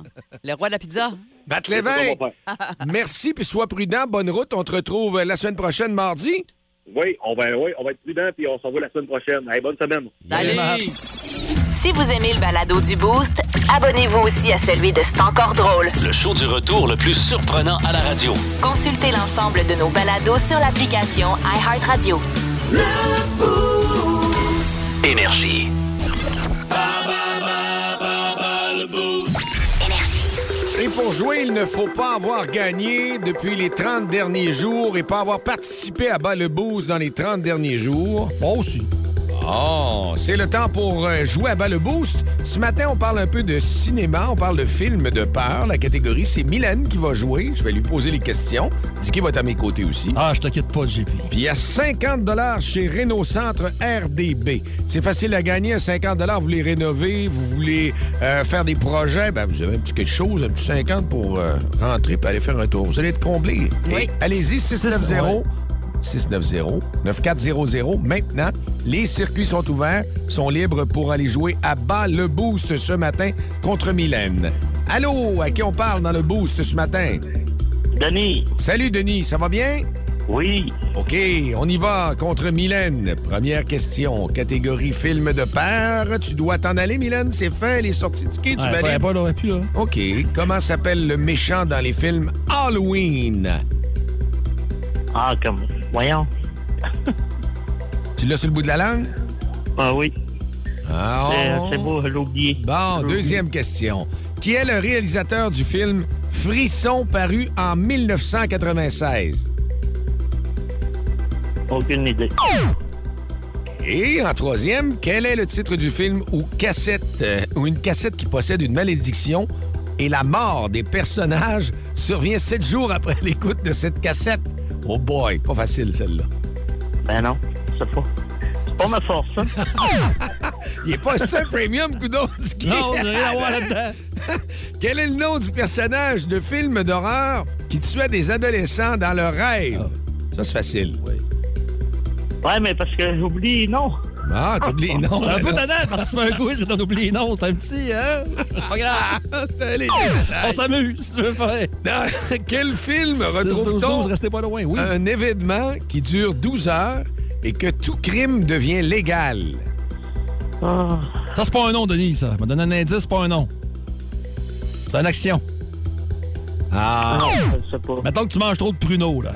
S4: Le roi de la pizza.
S3: Matt Lévesque,
S18: hein.
S3: merci, puis sois prudent, bonne route. On te retrouve euh, la semaine prochaine, mardi.
S18: Oui, on va, oui, on va être prudent, puis on s'en va la semaine prochaine. Allez, bonne semaine.
S1: Si vous aimez le balado du Boost, abonnez-vous aussi à celui de C'est encore drôle.
S2: Le show du retour le plus surprenant à la radio.
S1: Consultez l'ensemble de nos balados sur l'application iHeartRadio.
S2: Énergie.
S3: Et pour jouer, il ne faut pas avoir gagné depuis les 30 derniers jours et pas avoir participé à Bas le Boost dans les 30 derniers jours. Moi aussi. Oh, c'est le temps pour euh, jouer à Bas le Boost. Ce matin, on parle un peu de cinéma, on parle de films de peur. La catégorie, c'est Mylène qui va jouer. Je vais lui poser les questions. Dicky va être à mes côtés aussi.
S5: Ah, je t'inquiète pas, JP.
S3: Puis il y a 50 chez Renault Centre RDB. C'est facile à gagner à 50 Vous voulez rénover, vous voulez euh, faire des projets, ben vous avez un petit quelque chose, un petit 50 pour euh, rentrer et aller faire un tour. Vous allez être comblé.
S5: Oui.
S3: Allez-y,
S5: Ouais.
S3: 690. 690-9400. Maintenant, les circuits sont ouverts, sont libres pour aller jouer à bas le boost ce matin contre Mylène. Allô, à qui on parle dans le boost ce matin? Denis. Salut, Denis, ça va bien? Oui. OK, on y va contre Mylène. Première question, catégorie film de peur. Tu dois t'en aller, Mylène, c'est fait, les sorties de tickets, tu
S5: Ouais,
S3: vas
S5: pas-
S3: aller.
S5: pas, là, plus, là.
S3: OK, comment s'appelle le méchant dans les films Halloween? Ah, comme. Voyons. tu l'as sur le bout de la langue? Ah oui.
S19: C'est- c'est
S3: beau, l'oublier. Bon, deuxième question. Qui est le réalisateur du film Frisson paru en 1996? Aucune idée. Et en troisième, quel est le titre du film où cassette euh, ou une cassette qui possède une malédiction et la mort des personnages survient sept jours après l'écoute de cette cassette? Oh boy, pas facile celle-là. Ben non, c'est pas. C'est pas ma force, hein. Il est pas ça premium, coudon du
S5: Non, on a rien à voir là-dedans.
S3: Quel est le nom du personnage de film d'horreur qui tuait des adolescents dans leur rêve?
S5: Ah.
S3: Ça, c'est facile.
S19: Ouais, mais parce que j'oublie, non.
S3: Ah, t'oublies, non.
S5: Un peu
S3: non.
S5: tannant, participer à un quiz et t'en oublies, non. C'est un petit, hein? Pas grave. Allez, On s'amuse, si tu veux faire.
S3: Dans Ah, quel film
S5: 6, 12,
S3: retrouve-t-on
S5: 12, restez pas loin, oui.
S3: un événement qui dure 12 heures et que tout crime devient légal? Ah.
S5: Ça, c'est pas un nom, Denis, ça. m'a donné un indice, c'est pas un nom. C'est une action.
S3: Ah.
S5: Mettons que tu manges trop de pruneaux, là.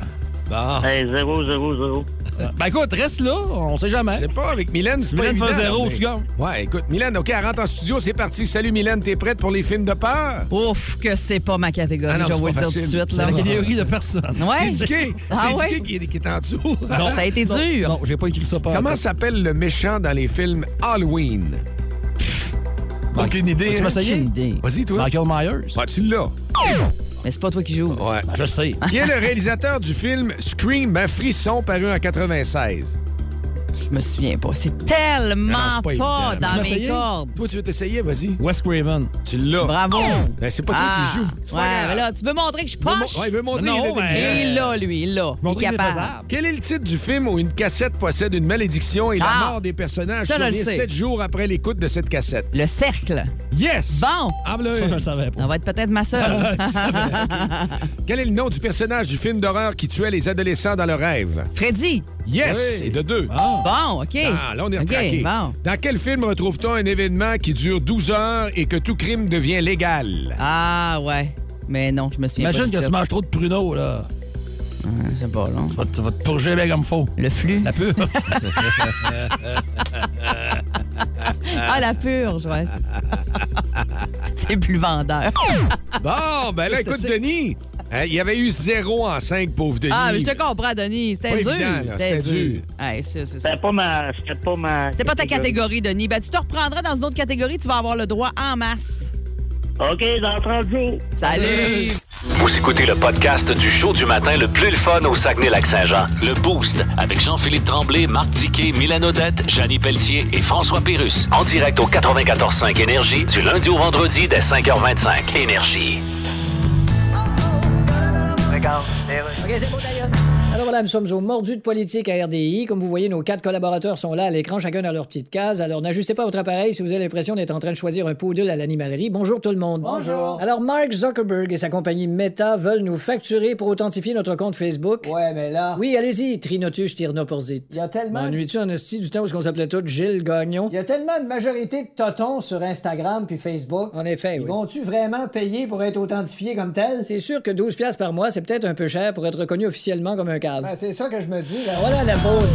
S3: Bon.
S19: Hey, 0, 0, 0.
S18: Ah.
S5: Ben écoute, reste là, on sait jamais.
S3: C'est pas avec Mylène, c'est
S5: Si
S3: pas
S5: Mylène fait
S3: évident,
S5: zéro,
S3: mais-
S5: tu gagnes.
S3: Ouais, écoute, Mylène, OK, elle rentre en studio, c'est parti. Salut, Mylène, t'es prête pour les films de peur?
S4: Ouf, que c'est pas ma catégorie,
S3: Ah non,
S4: je vais
S3: c'est
S4: vous le
S3: pas
S4: dire tout de
S3: facile.
S4: suite.
S3: C'est
S4: là.
S3: la catégorie
S5: de personne.
S4: Ouais.
S3: C'est Dicky. C'est
S4: Ah ouais?
S3: Dicky qui est, qui est en dessous.
S4: Non, ça a été
S5: non,
S4: dur.
S5: Non, j'ai pas écrit ça par
S3: Comment s'appelle le méchant dans les films Halloween? Aucune idée.
S5: tu
S3: hein?
S5: vas essayer?
S3: Aucune idée. Vas-y, toi.
S5: Michael Myers. Ben,
S3: Ouais, tu l'as.
S4: Mais c'est pas toi qui joues.
S3: Ouais.
S5: je sais.
S3: Qui est le réalisateur du film Scream, un frisson paru en 96?
S4: Je me souviens pas. C'est tellement pas, dans mes cordes.
S3: Toi, tu veux t'essayer? Vas-y.
S5: Wes Craven.
S3: Tu l'as.
S4: Bravo.
S3: Ben, c'est pas
S4: Ah,
S3: toi qui joues. C'est pas
S4: ouais,
S3: grave.
S4: mais là, tu veux montrer que je penche?
S3: ouais, il veut montrer, il est intelligent.
S4: Il est là, lui, il est là. Il est capable.
S3: Quel est le titre du film où une cassette possède une malédiction et
S4: Ah!
S3: la mort des personnages
S4: Ça, je le
S3: survient
S4: sais.
S3: sept jours après l'écoute de cette cassette?
S4: Le cercle.
S3: Yes!
S4: Bon.
S3: Ah, voilà.
S5: Ça, je le savais pas.
S4: On va être peut-être ma sœur.
S3: Quel est le nom du personnage du film d'horreur qui tuait les adolescents dans leur rêve?
S4: Freddy.
S3: Yes! Et de deux.
S4: Bon, OK.
S3: Ah, là, on est
S4: OK,
S3: retraqué.
S4: bon.
S3: Dans quel film retrouve-t-on un événement qui dure 12 heures et que tout crime devient légal?
S4: Ah, ouais. Mais non, je me souviens
S5: Imagine
S4: pas.
S5: que tu manges trop de pruneaux, là.
S4: C'est pas long.
S5: Tu vas, tu vas te purger bien comme faut.
S4: Le flux.
S5: La pure.
S15: hein?
S4: Ah, la purge, ouais. c'est- C'est plus vendeur.
S3: Bon, ben là, écoute, Denis, hein, il y avait eu zéro en cinq, pauvre Denis.
S4: Ah, mais je te comprends, Denis.
S3: Pas
S4: C'était dur.
S3: évident, là, c'était dur.
S4: Ouais, ça, c'est ça.
S19: C'était pas ma. C'était pas ma.
S4: C'était pas ta catégorie, Denis. Ben, tu te reprendras dans une autre catégorie. Tu vas avoir le droit en masse.
S19: OK, dans 30 jours.
S4: Salut!
S2: Vous écoutez le podcast du show du matin le plus le fun au Saguenay-Lac-Saint-Jean. Le Boost avec Jean-Philippe Tremblay, Marc Tiquet, Milan Odette, Janine Pelletier et François Pérus. En direct au 94.5 Énergie du lundi au vendredi dès 5h25. Énergie.
S10: OK, c'est bon, d'ailleurs.
S11: Alors voilà, nous sommes au mordu de politique à RDI. Comme vous voyez, nos quatre collaborateurs sont là à l'écran, chacun dans leur petite case. Alors n'ajustez pas votre appareil si vous avez l'impression d'être en train de choisir un poodle à l'animalerie. Bonjour tout le monde.
S10: Bonjour.
S11: Alors Mark Zuckerberg et sa compagnie Meta veulent nous facturer pour authentifier notre compte Facebook.
S10: Ouais, mais là,
S11: Oui, allez-y, Trinotus Tirnoporzit.
S10: il y a tellement...
S11: M'ennuies-tu en esti du temps où on s'appelait tous Gilles Gagnon?
S10: Il y a tellement de majorité de totons sur Instagram puis Facebook.
S11: En effet,
S10: Ils
S11: oui.
S10: vont-tu vraiment payer pour être authentifiés comme tels?
S11: C'est sûr que 12 piastres par mois, c'est peut-être un peu cher pour être reconnu officiellement comme un cave.
S10: Ben, c'est ça que je me dis. là.
S11: voilà la pause.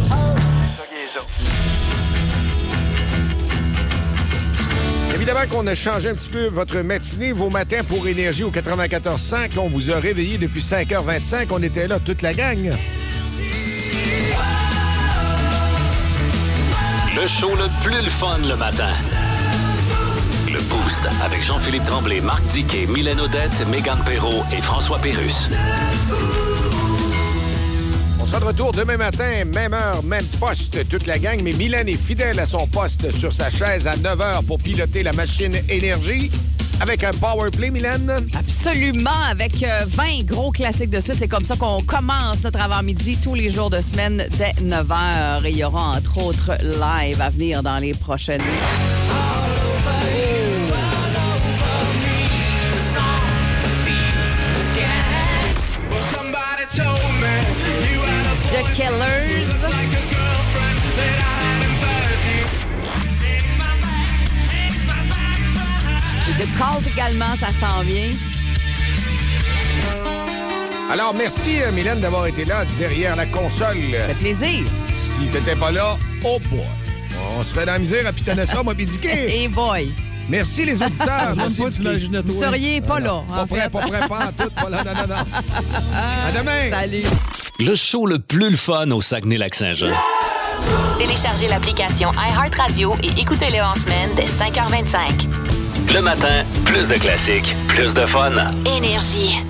S3: Évidemment qu'on a changé un petit peu votre matinée, vos matins pour Énergie au 94.5. On vous a réveillé depuis 5h25. On était là, toute la gang.
S2: Le show le plus le fun le matin. Le Boost avec Jean-Philippe Tremblay, Marc Tiquet, Milan Odette, Megan Perrault et François Pérus.
S3: On sera de retour demain matin, même heure, même poste, toute la gang. Mais Milan est fidèle à son poste sur sa chaise à 9h pour piloter la machine Énergie avec un power play, Milan.
S4: Absolument, avec euh, 20 gros classiques de suite. C'est comme ça qu'on commence notre avant-midi tous les jours de semaine dès 9 h. Il y aura entre autres live à venir dans les prochaines minutes. The Killers. Et The Cult également, ça s'en vient.
S3: Alors, merci, euh, Mylène, d'avoir été là derrière la console. Ça
S4: fait plaisir.
S3: Si t'étais pas là, oh boy. On se fait dans la misère à Pitanessa, moi,
S4: Et
S3: Pidiqué.
S4: boy!
S3: Merci, les auditeurs.
S4: Je
S3: Merci,
S4: vois pas,
S3: Dicky.
S4: t'imaginais-toi. Vous seriez pas là, en
S3: Ah Pas prêt,
S4: fait.
S3: pas prêt, pas en tout, pas là, non, non, non. À demain.
S4: Salut.
S2: Le show le plus le fun au Saguenay-Lac-Saint-Jean.
S1: Téléchargez l'application iHeartRadio et écoutez-le en semaine dès 5h25.
S2: Le matin, plus de classiques, plus de fun.
S1: Énergie.